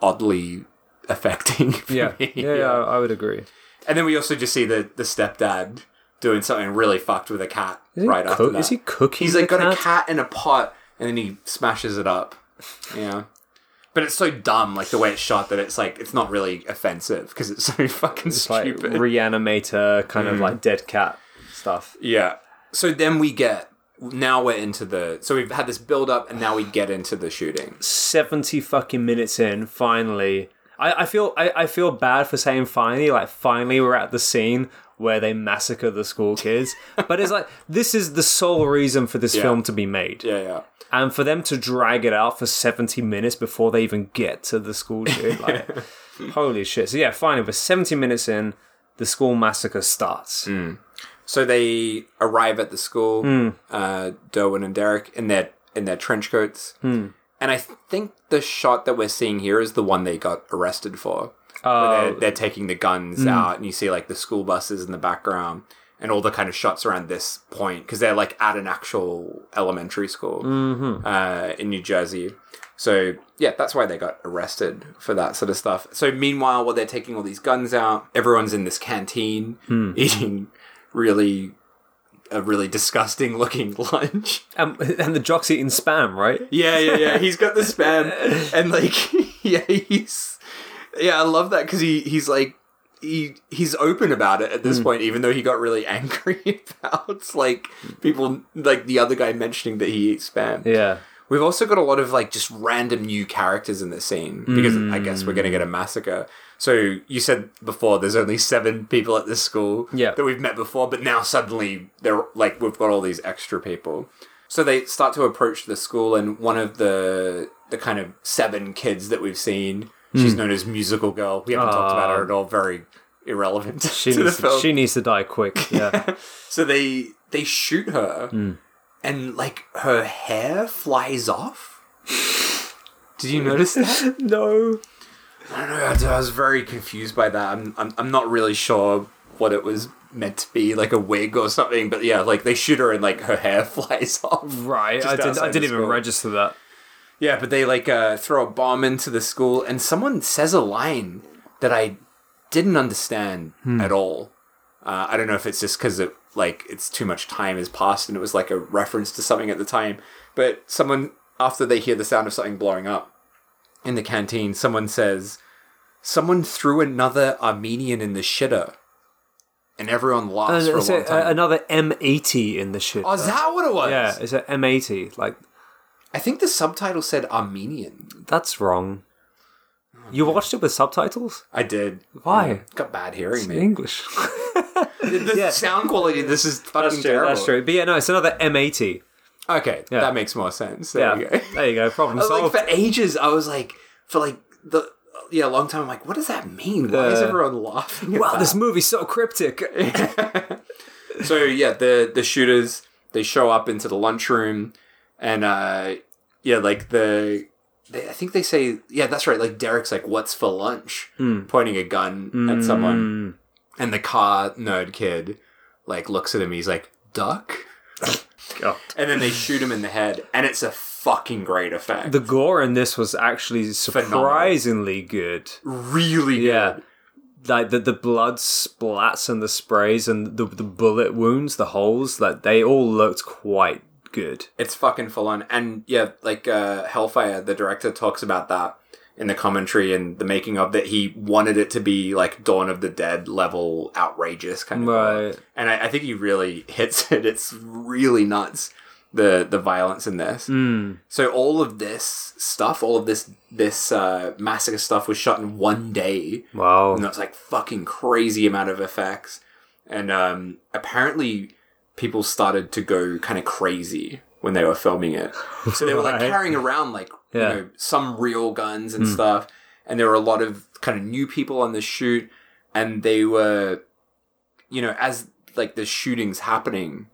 oddly affecting. For
Yeah.
me.
yeah, yeah, I would agree.
And then we also just see the, the stepdad doing something really fucked with a cat
he
right after
cook-
that.
is he cooking
He's like
the
got a
cat?
cat in a pot and then he smashes it up. Yeah. But it's so dumb, like the way it's shot, that it's like it's not really offensive because it's so fucking
It's like
stupid. Mm.
reanimator kind of like dead cat stuff.
yeah. So then we get now we're into the so we've had this build up and now we get into the shooting.
70 fucking minutes in, finally. I, I feel I, I feel bad for saying finally, like finally we're at the scene where they massacre the school kids. but it's like this is the sole reason for this film to be made.
Yeah, yeah.
And for them to drag it out for 70 minutes before they even get to the school shoot, like holy shit. So yeah, finally we're 70 minutes in, the school massacre starts.
Mm. So they arrive at the school, uh, Derwin and Derek, in their in their trench coats. And I think the shot that we're seeing here is the one they got arrested for. Where they're, they're taking the guns out, and you see like the school buses in the background, and all the kind of shots around this point because they're like at an actual elementary school uh, in New Jersey. So yeah, that's why they got arrested for that sort of stuff. So meanwhile, while they're taking all these guns out, everyone's in this canteen eating really a really disgusting looking lunch.
And, and the jock's eating spam, right?
Yeah, yeah, yeah. He's got the spam, and like, yeah, he's yeah. I love that because he he's like he he's open about it at this point, even though he got really angry about like people like the other guy mentioning that he eats spam.
Yeah.
We've also got a lot of like just random new characters in this scene because I guess we're going to
Mm.
get a massacre. So you said before there's only seven people at this school
Yeah.
that we've met before, but now suddenly they're like we've got all these extra people. So they start to approach the school, and one of the the kind of seven kids that we've seen,
Hmm.
she's known as Musical Girl. We haven't talked about her at all. Very irrelevant
Ah. She
to the
needs to,
film
she needs to die quick. Yeah.
so they they shoot her and like her hair flies off did you notice that
no.
i don't know I d- i was very confused by that I'm, I'm i'm not really sure what it was meant to be like a wig or something but yeah like they shoot her and like her hair flies off
Right.
Just
I, did,
outside
I
the
didn't even
school.
register that.
yeah but they like uh throw a bomb into the school and someone says a line that i didn't understand at all Uh, I don't know if it's just because it like it's too much time has passed and it was like a reference to something at the time. But someone after they hear the sound of something blowing up in the canteen, someone says, "Someone threw another Armenian in the shitter," and everyone laughs for a
it's a-
long time.
another M80 in the shit.
oh, is that what it was?
yeah, it's an M80. Like,
I think the subtitle said Armenian.
that's wrong. You watched it with subtitles?
I did.
Why?
Got bad hearing,
In
man.
English.
The
Yeah.
sound quality. of This is fucking
That's true.
terrible.
That's true. But yeah, no, it's another M80.
Okay,
Yeah.
that makes more sense. There
yeah.
we go.
There you go. Problem
I was
solved.
like for ages I was like for like the yeah, a long time I'm like, what does that mean? Why is
Uh,
everyone laughing?
wow,
at
this
that?
movie's so cryptic.
So yeah, the the shooters they show up into the lunchroom and uh yeah, like the they, I think they say yeah, that's right, like Derek's like, What's for lunch?
Hmm.
pointing a gun at someone. And the car nerd kid like looks at him, he's like, Duck?
God.
And then they shoot him in the head, and it's a fucking great effect.
The gore in this was actually
Phenomenal.
surprisingly good.
really good.
Yeah. Like the, the blood splats and the sprays and the, the bullet wounds, the holes, like they all looked quite good.
It's fucking full on. And yeah, like uh, Hellfire, the director talks about that in the commentary and the making of that he wanted it to be like Dawn of the Dead level outrageous kind of gore.
Right.
And I, I think he really hits it. It's really nuts the the violence in this. So all of this stuff, all of this this uh, massacre stuff was shot in one day.
Wow.
And that's like fucking crazy amount of effects. And um, apparently, people started to go kind of crazy when they were filming it. So they were like
Right.
carrying around like
Yeah. Hmm.
you know some real guns and stuff. And there were a lot of kind of new people on the shoot, and they were, you know, as like the shootings happening,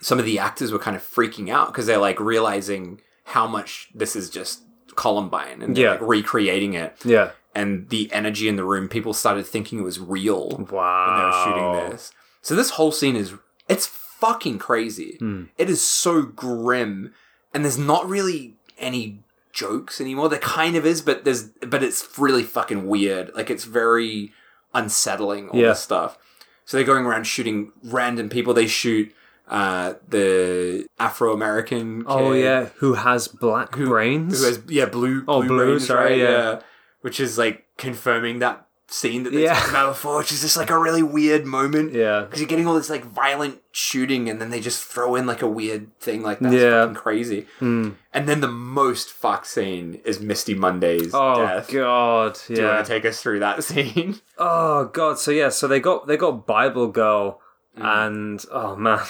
some of the actors were kind of freaking out because they're like realizing how much this is just Columbine and they're,
Yeah.
like recreating it.
Yeah.
And the energy in the room, people started thinking it was real when they were
Wow.
shooting this. So this whole scene is it's fucking crazy.
Hmm.
It is so grim, and there's not really any jokes anymore. There kind of is, but there's but it's really fucking weird. Like it's very unsettling all
Yeah.
this stuff. So they're going around shooting random people. They shoot uh, the Afro American.
Oh yeah, who has black
who,
brains?
Who has yeah blue?
Oh, blue,
brains,
sorry,
right?
yeah.
which is like confirming that scene that they
Yeah.
talked about before, which is just like a really weird moment.
yeah.
Because you're getting all this like violent shooting, and then they just throw in like a weird thing like that's
Yeah. Hmm.
fucking crazy. And then the most fucked scene is Misty Monday's
Oh
death.
god,
Do you
yeah.
want to take us through that scene?
Oh god, so yeah, so they got they got Bible Girl
Mm.
and oh man,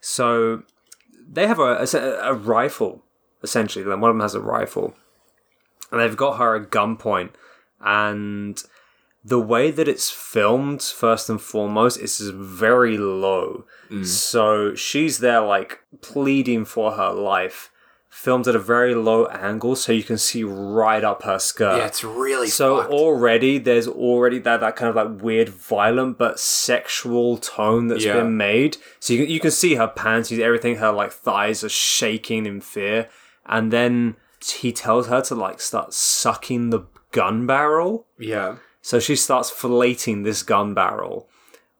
so they have a, a, a rifle essentially. Then one of them has a rifle, and they've got her at gunpoint. And the way that it's filmed, first and foremost, is very low.
Mm.
So she's there like pleading for her life. Filmed at a very low angle, so you can see right up her skirt.
yeah, it's really
Uh, So
fucked.
already there's already that that kind of like weird, violent but sexual tone that's
Yeah.
been made. So you can, you can see her panties, everything. Her like thighs are shaking in fear, and then he tells her to like start sucking the gun barrel.
yeah,
So she starts filleting this gun barrel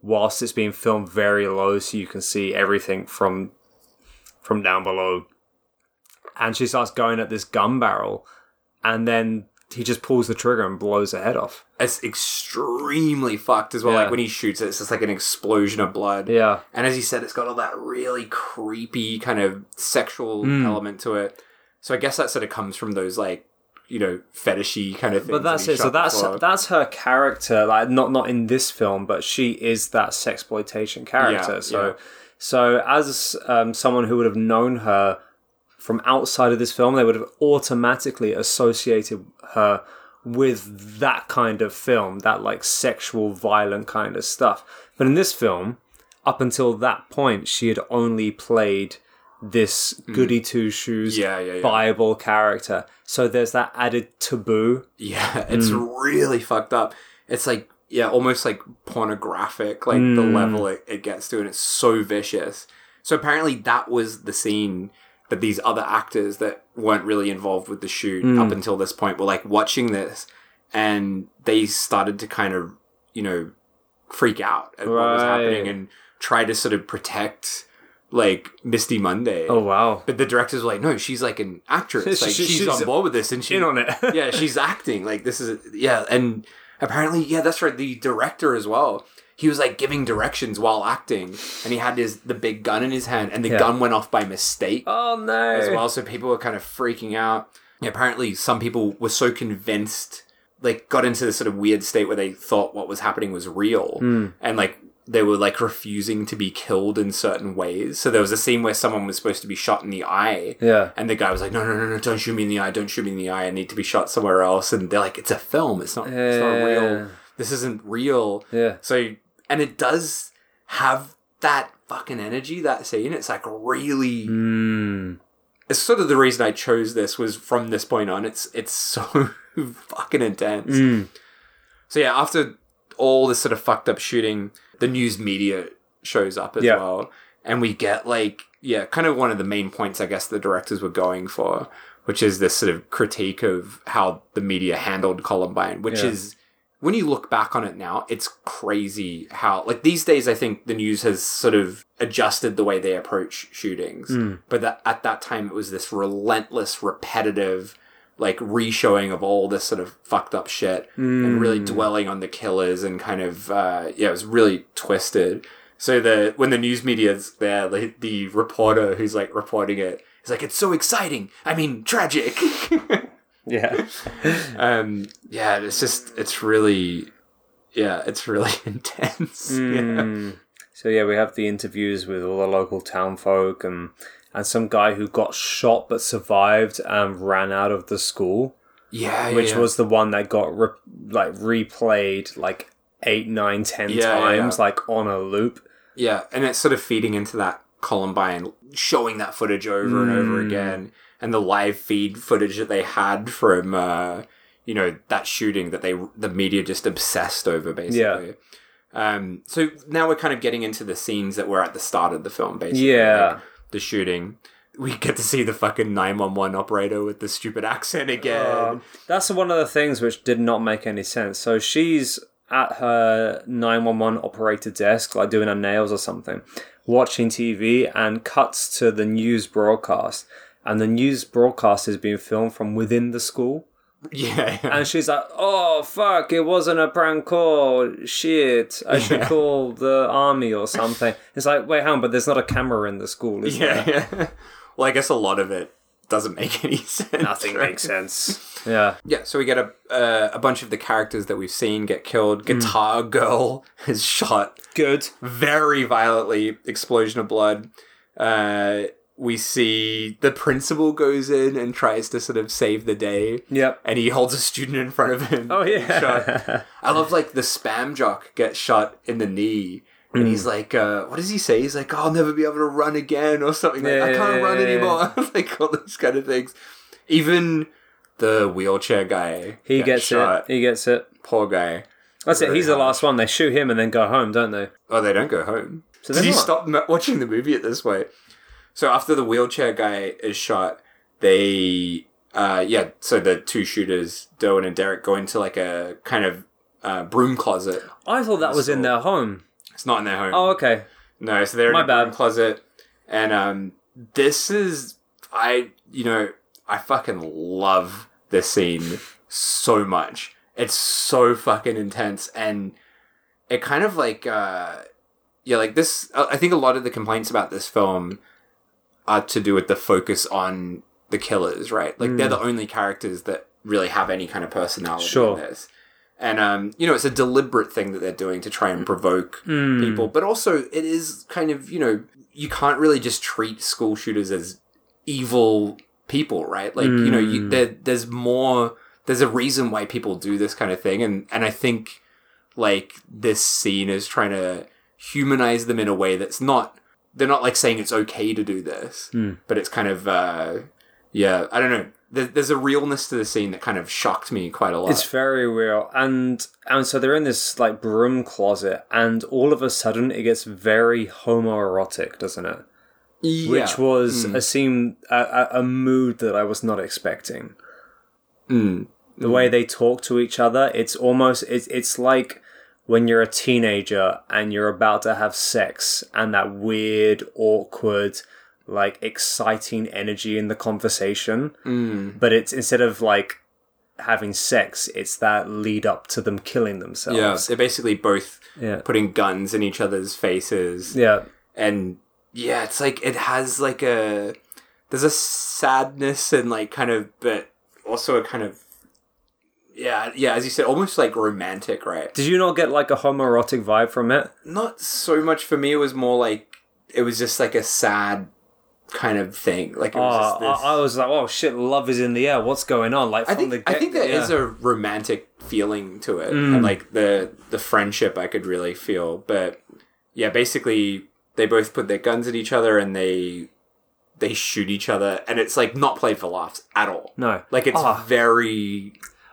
whilst it's being filmed very low, so you can see everything from from down below. And she starts going at this gun barrel, and then he just pulls the trigger and blows her head off.
it's extremely fucked as well.
Yeah.
Like when he shoots it, it's just like an explosion of blood.
Yeah,
And as you said, it's got all that really creepy kind of sexual
Hmm.
element to it. So I guess that sort of comes from those like you know fetishy kind of. things
but that's
that he
it. So
shot
that's
before.
that's her character. Like not not in this film, but she is that sexploitation character.
Yeah,
so
yeah.
so as um, someone who would have known her from outside of this film, they would have automatically associated her with that kind of film, that like sexual, violent kind of stuff. But in this film, up until that point, she had only played this goody two shoes
Mm. Yeah, yeah, yeah.
Bible character. So there's that added taboo.
Yeah, it's
Mm.
really fucked up. It's like yeah, almost like pornographic, like the
Mm.
level it, it gets to, and it's so vicious. So apparently that was the scene that these other actors that weren't really involved with the shoot
Mm.
up until this point were like watching this and they started to kind of, you know, freak out at what was
Right.
happening and try to sort of protect like Misty Monday.
Oh wow.
But the directors were like, no, she's like an actress. Like,
She-
she's,
she's
on board with this, and she
in on it.
yeah, she's acting. Like this is yeah, and apparently yeah, that's right. The director as well. He was like giving directions while acting, and he had his the big gun in his hand, and the
Yeah.
gun went off by mistake
Oh no.
as well. So people were kind of freaking out. Apparently, some people were so convinced, like, got into this sort of weird state where they thought what was happening was real,
Hmm.
and like they were like refusing to be killed in certain ways. So there was a scene where someone was supposed to be shot in the eye,
Yeah.
and the guy was like, "No, no, no, no! Don't shoot me in the eye! Don't shoot me in the eye! I need to be shot somewhere else." And they're like, "It's a film. It's not. It's not
Yeah.
real. This isn't real."
Yeah.
So, and it does have that fucking energy. That scene. It's like really
Mm.
it's sort of the reason I chose this was from this point on. It's it's so fucking intense. So yeah, after all this sort of fucked up shooting, the news media shows up as
Yeah.
well, and we get like yeah, kind of one of the main points I guess the directors were going for, which is this sort of critique of how the media handled Columbine, which
Yeah.
is when you look back on it now, it's crazy how like these days I think the news has sort of adjusted the way they approach shootings.
Hmm.
But that, at that time it was this relentless, repetitive like reshowing of all this sort of fucked up shit and really dwelling on the killers and kind of uh, yeah, it was really twisted. So the when the news media's there, the, the reporter who's like reporting it is like, "It's so exciting! I mean, tragic."
Yeah.
um, yeah, it's just it's really, yeah, it's really intense.
So yeah, we have the interviews with all the local town folk and and some guy who got shot but survived and ran out of the school,
Yeah, yeah,
which
yeah.
was the one that got re- like replayed like eight, nine, ten
Yeah, yeah,
times,
yeah.
like on a loop. Mm.
yeah, and it's sort of feeding into that Columbine, showing that footage over and over again. and the live feed footage that they had from uh, you know that shooting that they the media just obsessed over basically. Um, so now we're kind of getting into the scenes that were at the start of the film, basically.
Yeah.
like the shooting. We get to see the fucking nine one one operator with the stupid accent again.
Um, that's one of the things which did not make any sense. So she's at her 911 operator desk, like doing her nails or something, watching TV, and cuts to the news broadcast. And the news broadcast is being filmed from within the school.
yeah,
And she's like, oh, fuck, it wasn't a prank call. Shit, I should call the army or something. It's like, wait, hang on, but there's not a camera in the school, is
yeah,
there?
yeah. well, I guess a lot of it doesn't make any sense.
Nothing
right?
makes sense. Yeah.
Yeah, so we get a uh, a bunch of the characters that we've seen get killed. Guitar Girl is shot
Good.
very violently. Explosion of blood. Uh, we see the principal goes in and tries to sort of save the day.
Yep.
And he holds a student in front of him.
Oh,
getting
yeah.
shot. I love like the spam jock gets shot in the knee.
Hmm.
And he's like, uh, what does he say? He's like, I'll never be able to run again or something. Like,
Yeah,
I can't
yeah,
run
yeah, yeah.
anymore. like all those kind of things. Even the wheelchair guy.
He gets
shot.
it. He gets it.
Poor guy.
That's it.
Really
He's the
hard.
last one. They shoot him and then go home, don't they?
Oh, they don't go home.
So
Did
then
you
what?
stop m- watching the movie at this point? So after the wheelchair guy is shot, they uh yeah, so the two shooters, Derwin and Derek, go into like a kind of uh, broom closet.
I thought that was in
So-
their home.
It's not in their home.
Oh, okay.
No, so they're in
My
a broom
bad.
closet, and um, this is I you know I fucking love this scene so much. It's so fucking intense, and it kind of like uh, yeah, like this. uh, I I think a lot of the complaints about this film are to do with the focus on the killers, right? Like they're the only characters that really have any kind of personality.
Mm. Sure.
In this. And um, you know, it's a deliberate thing that they're doing to try and provoke
Mm. Hmm.
people, but also it is kind of you know you can't really just treat school shooters as evil people, right? Like you know,
Hmm.
you, there, there's more. There's a reason why people do this kind of thing, and and I think like this scene is trying to humanize them in a way that's not. They're not like saying it's okay to do this,
Hmm.
but it's kind of uh, yeah. I don't know. There, there's a realness to the scene that kind of shocked me quite a lot.
It's very real. And and so they're in this like broom closet and all of a sudden it gets very homoerotic, doesn't it?
Yeah.
Which was a scene a, a, a mood that I was not expecting.
Mm.
The way they talk to each other, it's almost it's it's like when you're a teenager and you're about to have sex and that weird, awkward, like exciting energy in the conversation.
Mm.
but it's instead of like having sex, it's that lead up to them killing
Yeah,
themselves.
they're basically both
Yeah.
putting guns in each other's faces.
Yeah.
and yeah, it's like it has like a there's a sadness and like kind of but also a kind of yeah yeah as you said almost like romantic right
Did you not get like a homoerotic vibe from it?
not so much for me it was more like it was just like a sad kind of thing like it
Oh,
was
I,
just this
I was like, oh shit, love is in the air. What's going on? Like,
I
from
think
the
I think there is
yeah.
a romantic feeling to it,
Mm.
and like the the friendship I could really feel. But yeah, basically they both put their guns at each other and they they shoot each other, and it's like not played for laughs at all.
No.
like it's
Ah.
very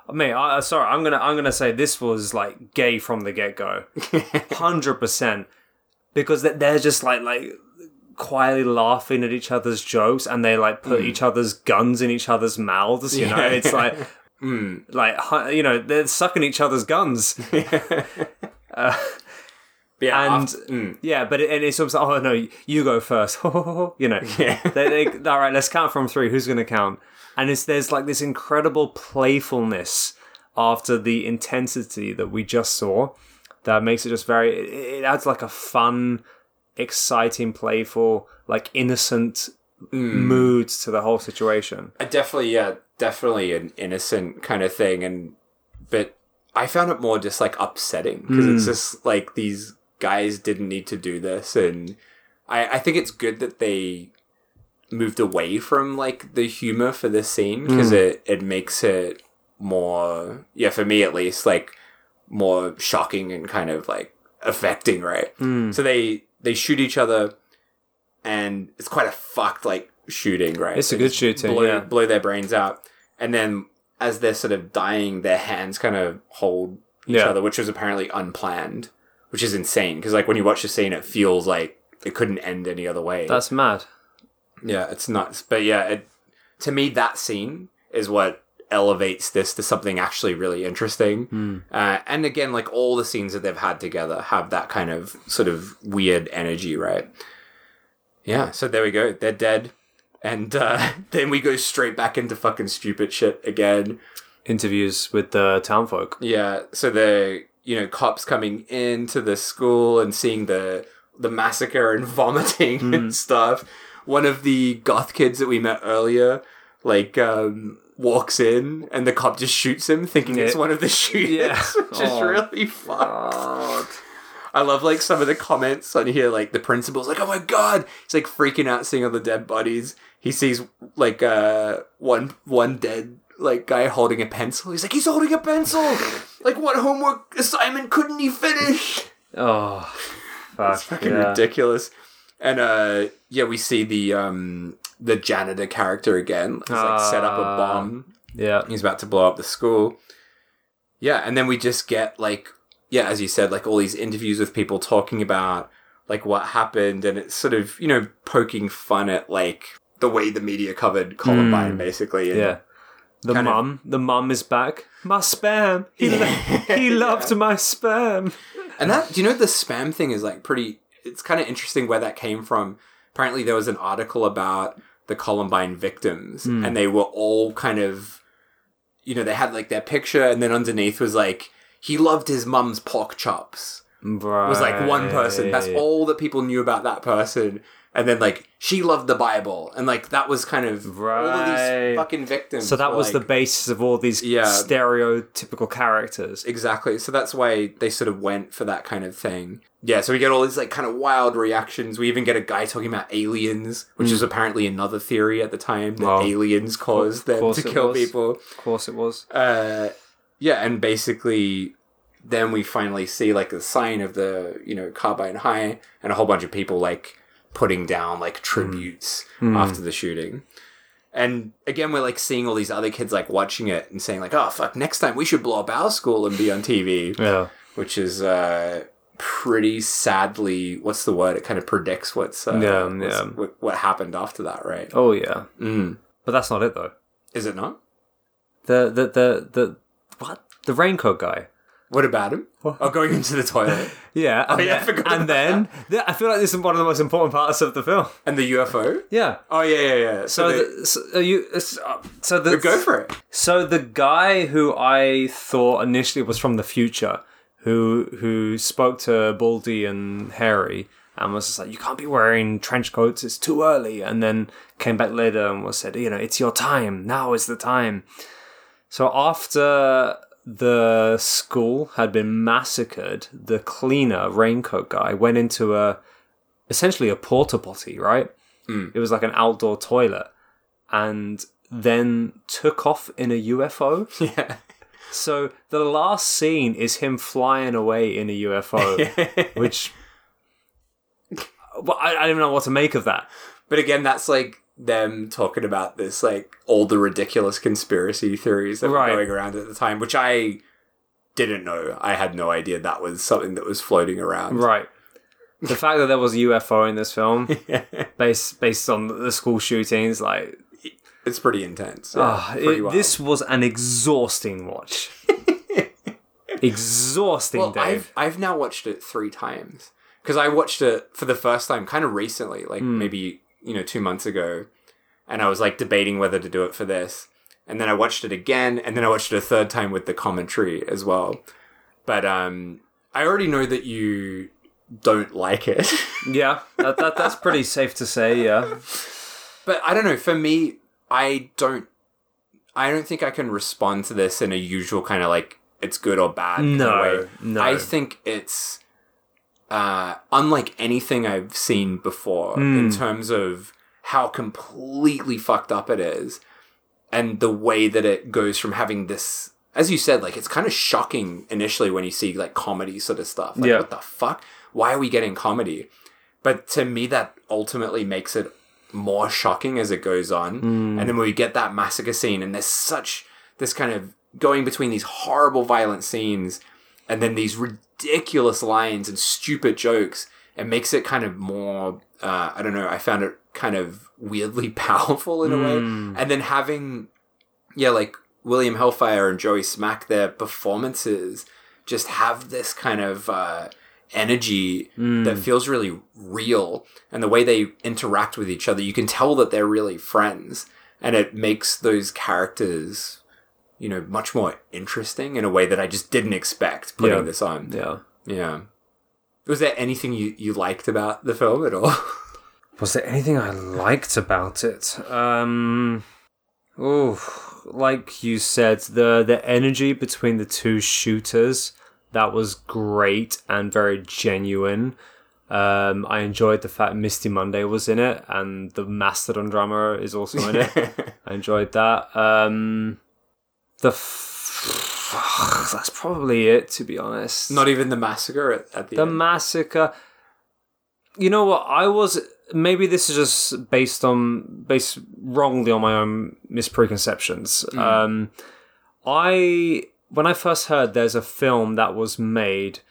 Mate, I, I- sorry, I'm gonna I'm gonna say this was like gay from the get go, hundred percent, because they- they're just like like quietly laughing at each other's jokes, and they like put each other's guns in each other's mouths. You know,
Hmm. Yeah. Hmm.
it's like like hu- you know they're sucking each other's guns.
yeah,
And-
after- mm.
Yeah, but it, and it's almost like, oh no, you go first. you know,
Yeah.
they, they, all right, let's count from three. Who's going to count? And it's there's like this incredible playfulness after the intensity that we just saw that makes it just very. It, it adds like a fun, exciting, playful, like innocent mood to the whole situation.
I definitely yeah definitely an innocent kind of thing and but i found it more just like upsetting because it's
Hmm.
just like these guys didn't need to do this and i i think it's good that they moved away from like the humor for this scene
Hmm.
because it it makes it more yeah for me at least like more shocking and kind of like
Hmm.
affecting right so they they shoot each other and it's quite a fucked like shooting. Right,
It's a
They
good
just
shooting,
Blow,
yeah.
blow their brains out, and then as they're sort of dying, their hands kind of hold each
Yeah.
other, which was apparently unplanned, which is insane because like when you watch the scene, it feels like it couldn't end any other way.
That's mad.
Yeah, it's nuts. But yeah, it, to me, that scene is what elevates this to something actually really interesting. Uh, and again, like all the scenes that they've had together have that kind of sort of weird energy, right? Yeah, so there we go. They're dead. And uh, then we go straight back into fucking stupid shit again.
Interviews with the townfolk.
Yeah, so the you know cops coming into the school and seeing the the massacre and vomiting and stuff. One of the goth kids that we met earlier, like um, walks in and the cop just shoots him, thinking it's
Yeah.
one of the shooters,
Yeah.
which is really fucked. I love like some of the comments on here, like the principal's like, "Oh my god!" He's like freaking out seeing all the dead bodies. He sees like uh one one dead like guy holding a pencil. He's like, "He's holding a pencil!" like, what homework assignment couldn't he finish?
Oh, fuck.
It's fucking
yeah.
ridiculous. And uh yeah, we see the um the janitor character again. He's like set up a
Ah.
bomb
Yeah.
He's about to blow up the school. Yeah, and then we just get like yeah, as you said, like all these interviews with people talking about like what happened and it's sort of, you know, poking fun at like the way the media covered Columbine basically. And
Yeah. The
Kind of-
mum, the mum is back. My spam. He, lo- he loved my spam.
And that, do you know, the spam thing is like pretty. It's kind of interesting where that came from. Apparently, there was an article about the Columbine victims, and they were all kind of, you know, they had like their picture, and then underneath was like, he loved his mum's pork chops. Was like one person. That's all that people knew about that person. And then like she loved the Bible, and like that was kind of all of
Right.
these fucking victims.
So that
were,
was the
like-
basis of all these
Yeah.
stereotypical characters.
Exactly. So that's why they sort of went for that kind of thing. Yeah, so we get all these like kind of wild reactions. We even get a guy talking about aliens, which
Hmm.
is apparently another theory at the time that
Wow.
aliens caused them
course
to
it
kill
was.
people.
Of course, it was.
Uh, yeah, and basically then we finally see like the sign of the, you know, Carbine High and a whole bunch of people like putting down like tributes
Hmm.
after the shooting. And again, we're like seeing all these other kids like watching it and saying like, "Oh fuck, next time we should blow up our school and be on TV."
Yeah.
which is uh, pretty sadly what's the word? It kind of predicts what's, uh,
Yeah,
what's-
yeah.
What, what happened after that, right?
Oh yeah.
Mm.
But that's not it though.
Is it not?
The the the the what? The raincoat guy.
What about him? Oh, going into the toilet
Yeah. And
Oh, yeah,
then,
I forgot
and
about
then th- I feel like this is one of the most important parts of the film.
and the UFO.
Yeah.
Oh yeah, yeah, yeah.
So,
So, they-
the, so are you s- uh, so the
go for it.
So the guy who I thought initially was from the future, who who spoke to Baldy and Harry and was just like, "You can't be wearing trench coats; it's too early." And then came back later and was said, "You know, it's your time. Now is the time." So after the school had been massacred, the cleaner raincoat guy went into a essentially a porta potty, right? It was like an outdoor toilet, and then took off in a UFO.
Yeah.
So the last scene is him flying away in a UFO, which. Well, I, I don't know what to make of that.
But again, that's like them talking about this, like all the ridiculous conspiracy theories that
Right.
were going around at the time, which I didn't know. I had no idea that was something that was floating around.
Right. The fact that there was a UFO in this film, based based on the school shootings, like
It's pretty intense.
Ah,
Pretty
it-
wild.
this was an exhausting watch. exhausting,
well,
Dave.
I've I've now watched it three times because I watched it for the first time kind of recently, like maybe you know two months ago, and I was like debating whether to do it for this, and then I watched it again, and then I watched it a third time with the commentary as well. But um, I already know that you don't like it,
Yeah, that, that, that's pretty safe to say. Yeah,
but I don't know. For me, I don't. I don't think I can respond to this in a usual kind of like it's good or bad. kinda
No,
way.
no.
I think it's uh, unlike anything I've seen before
Hmm.
in terms of how completely fucked up it is, and the way that it goes from having this, as you said, like it's kind of shocking initially when you see like comedy sort of stuff. Like,
Yeah.
what the fuck? Why are we getting comedy? But to me, that ultimately makes it more shocking as it goes on. And then we get that massacre scene, and there's such this kind of going between these horrible violent scenes and then these ridiculous lines and stupid jokes. It makes it kind of more, uh, I don't know, I found it kind of weirdly powerful in a way. And then having yeah, like William Hellfire and Joey Smack, their performances just have this kind of uh, energy that feels really real. And the way they interact with each other, you can tell that they're really friends. And it makes those characters, you know, much more interesting in a way that I just didn't expect putting
Yeah.
this on.
Yeah.
Yeah. Was there anything you, you liked about the film at all?
Was there anything I liked about it? Um, oh, like you said, the the energy between the two shooters that was great and very genuine. Um, I enjoyed the fact Misty Monday was in it, and the Mastodon drummer is also in it. I enjoyed that. Um, the f- that's probably it, to be honest
Not even the massacre at, at the,
the
end.
massacre you know what i was maybe this is just based on based wrongly on my own mispreconceptions
Mm.
um i when i first heard there's a film that was made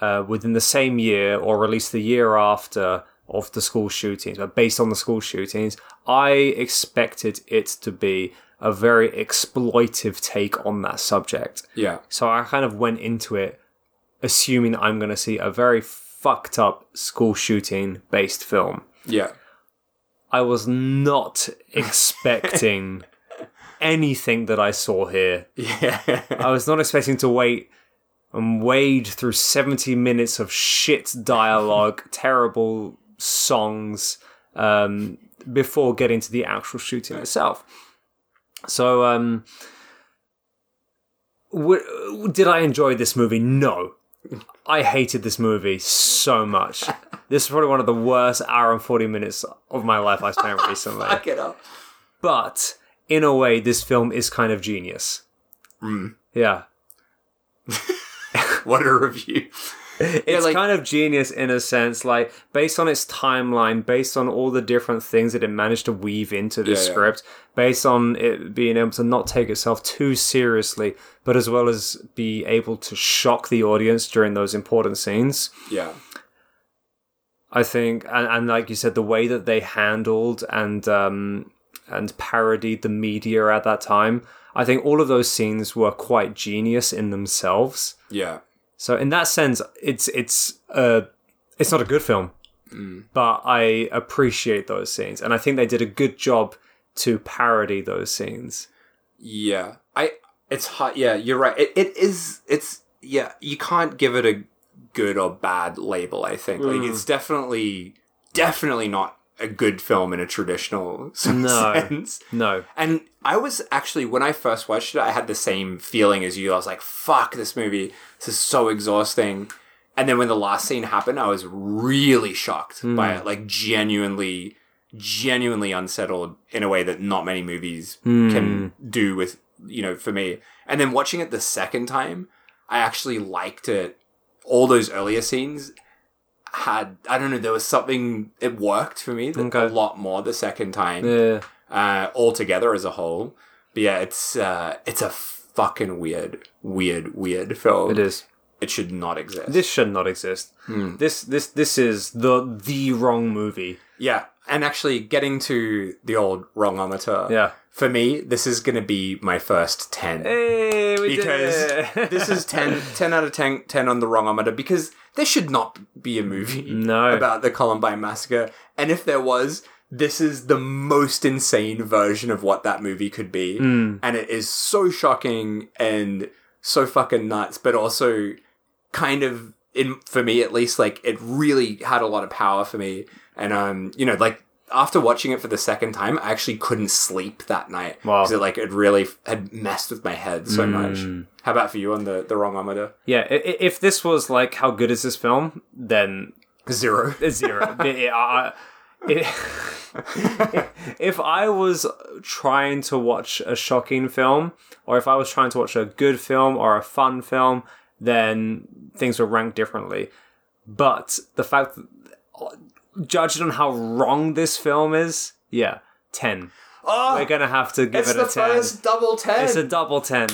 uh, within the same year or released the year after of the school shootings but based on the school shootings i expected it to be a very exploitive take on that subject
yeah.
so I kind of went into it assuming I'm going to see a very fucked up school shooting based film.
Yeah.
I was not expecting anything that I saw here.
Yeah.
I was not expecting to wait and wade through 70 minutes of shit dialogue, terrible songs, um, before getting to the actual shooting itself. So, um, w- did I enjoy this movie? No. I hated this movie so much. this is probably one of the worst hour and 40 minutes of my life I spent recently.
Fuck it up.
But in a way, this film is kind of genius. Yeah.
What a review.
it's
like-
kind of genius in a sense like based on its timeline based on all the different things that it managed to weave into the
Yeah, yeah.
script based on it being able to not take itself too seriously but as well as be able to shock the audience during those important scenes
Yeah.
I think, and, and like you said, the way that they handled and um, and parodied the media at that time, I think all of those scenes were quite genius in themselves.
Yeah.
So in that sense, it's it's uh, it's not a good film, but I appreciate those scenes, and I think they did a good job to parody those scenes.
Yeah. I it's hot yeah, you're right. It it is it's yeah, you can't give it a good or bad label, I think. Like it's definitely definitely not a good film in a traditional sort of
No.
sense.
No,
And I was actually when I first watched it, I had the same feeling as you. I was like, "Fuck this movie! This is so exhausting." And then when the last scene happened, I was really shocked
Hmm.
by it, like genuinely, genuinely unsettled in a way that not many movies can
Hmm.
do with you know for me. And then watching it the second time, I actually liked it. All those earlier scenes had I don't know there was something it worked for me that-
Okay.
a lot more the second time
yeah,
uh, altogether as a whole. But yeah, it's uh, it's a fucking weird, weird, weird film.
it is.
It should not exist.
This should not exist. This this this is the the wrong movie.
yeah, and actually getting to the old wrongometer.
Yeah.
For me, this is going to be my first ten.
Hey, we
because
did it.
this is 10, 10 out of 10, 10 on the wrongometer because there should not be a movie
No.
about the Columbine massacre and if there was this is the most insane version of what that movie could be
Hmm.
and it is so shocking and so fucking nuts but also kind of in for me at least like it really had a lot of power for me and um you know like after watching it for the second time i actually couldn't sleep that night
Wow. Hmm.
because it like it really f- had messed with my head so much how about for you on the the wrong armada
Yeah, i- i- if this was like how good is this film, then
zero
it's zero. I- I- I- if I was trying to watch a shocking film, or if I was trying to watch a good film or a fun film, then things were ranked differently. But the fact, judged on how wrong this film is, Yeah, ten.
Oh,
We're gonna have to give
it's
it a
the
ten.
first double ten.
It's a double ten.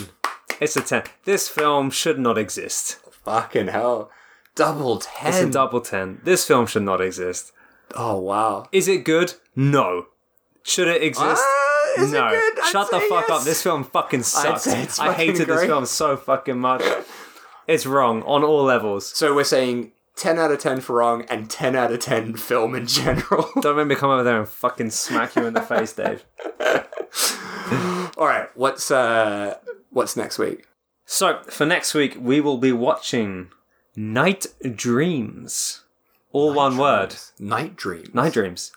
It's a ten. This film should not exist.
Fucking hell. Double ten.
It's a double ten. This film should not exist.
oh wow.
Is it good? No. Should it exist?
Ah, is it
no.
good? I'd
Shut the
say
fuck up.
yes.
This film fucking sucks.
say it's
I
fucking
hated this
great.
film so fucking much. It's wrong on all levels.
So we're saying ten out of ten for wrong and ten out of ten film in general.
Don't make me come over there and fucking smack you in the face, Dave.
All right. What's uh what's next week?
So, for next week, we will be watching Night Dreams. All one word.
Night Dream.
Night Dreams.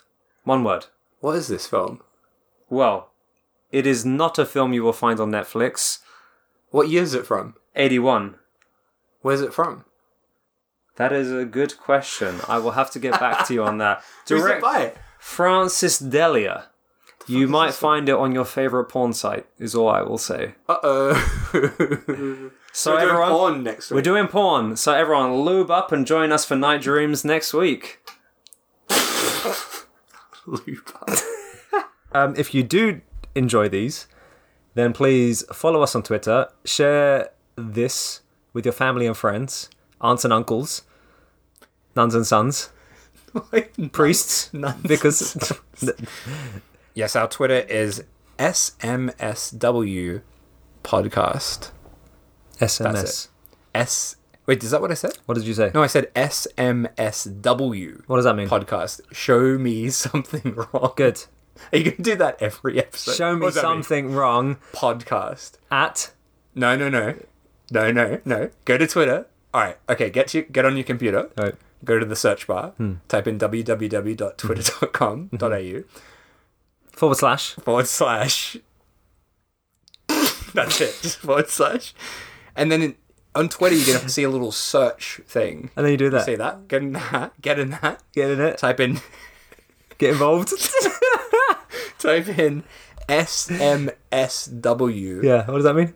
One word.
What is this film?
Well, it is not a film you will find on Netflix.
What year is it from?
81.
Where's it from?
That is a good question. I will have to get back to you on that.
Who's it by?
Francis Delia. You might find it on your favorite porn site, is all I will say.
Uh oh.
So,
we're doing
everyone,
porn next
we're
week.
doing porn. So, everyone, lube up and join us for Night Dreams next week.
Lupin.
Um, if you do enjoy these, then please follow us on Twitter, share this with your family and friends, aunts and uncles, nuns and sons, priests, because
Yes, our Twitter is SMSW podcast.
SMS.
S. Wait, is that what I said?
What did you say?
No, I said SMSW.
What does that mean?
Podcast. Show me something wrong.
Good.
Are you going to do that every episode?
Show me
What does that mean?
something wrong
Podcast.
at
No, no, no. No, no, no. Go to Twitter. All right. Okay, get you get on your computer.
Right.
Go to the search bar. Type in www.twitter.com.au
forward slash.
forward slash. That's it. Just forward slash. And then in, on Twitter, you're going to see a little search thing.
And then you do that.
See that? Get in that. Get in that.
Get in it.
Type in.
Get involved.
Type in SMSW.
yeah. What does that mean?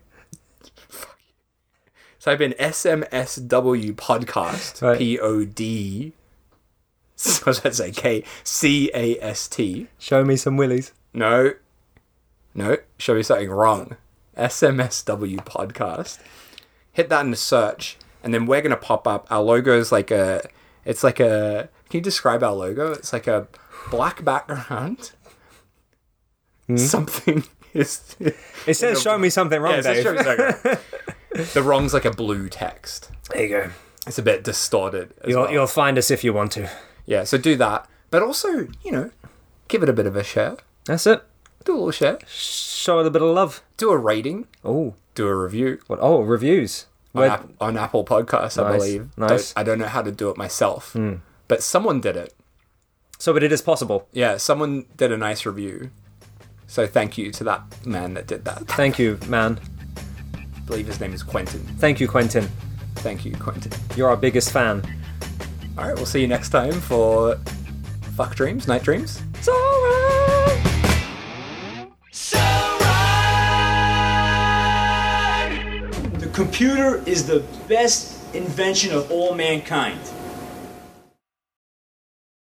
Type in SMSW podcast.
Right.
P O D. So that's like K C A S T.
Show me some willies.
No. No. Show me something wrong. SMSW podcast. Hit that in the search, and then we're gonna pop up. Our logo is like a. It's like a. Can you describe our logo? It's like a black background. Something is.
It says show me something wrong,
Yeah, so
Dave.
show me something. the wrong's like a blue text.
There you go.
It's a bit distorted. as
You'll,
well.
you'll find us if you want to.
Yeah, so do that. But also, you know, give it a bit of a share.
That's it.
Do a little share.
Show it a bit of love.
Do a rating.
Oh,
Do a review
what? Oh, reviews.
on,
Where-
App- on Apple Podcasts, I
Nice,
believe.
nice. Hmm.
Don't, I don't know how to do it myself, but someone did it.
so, but it is possible.
Yeah, someone did a nice review. So thank you to that man that did that. I
Thank you, man.
believe his name is Quentin.
Thank you, Quentin.
Thank you, Quentin.
You're our biggest fan.
All right, we'll see you next time for fuck dreams, night dreams.
The computer is the best invention of all mankind.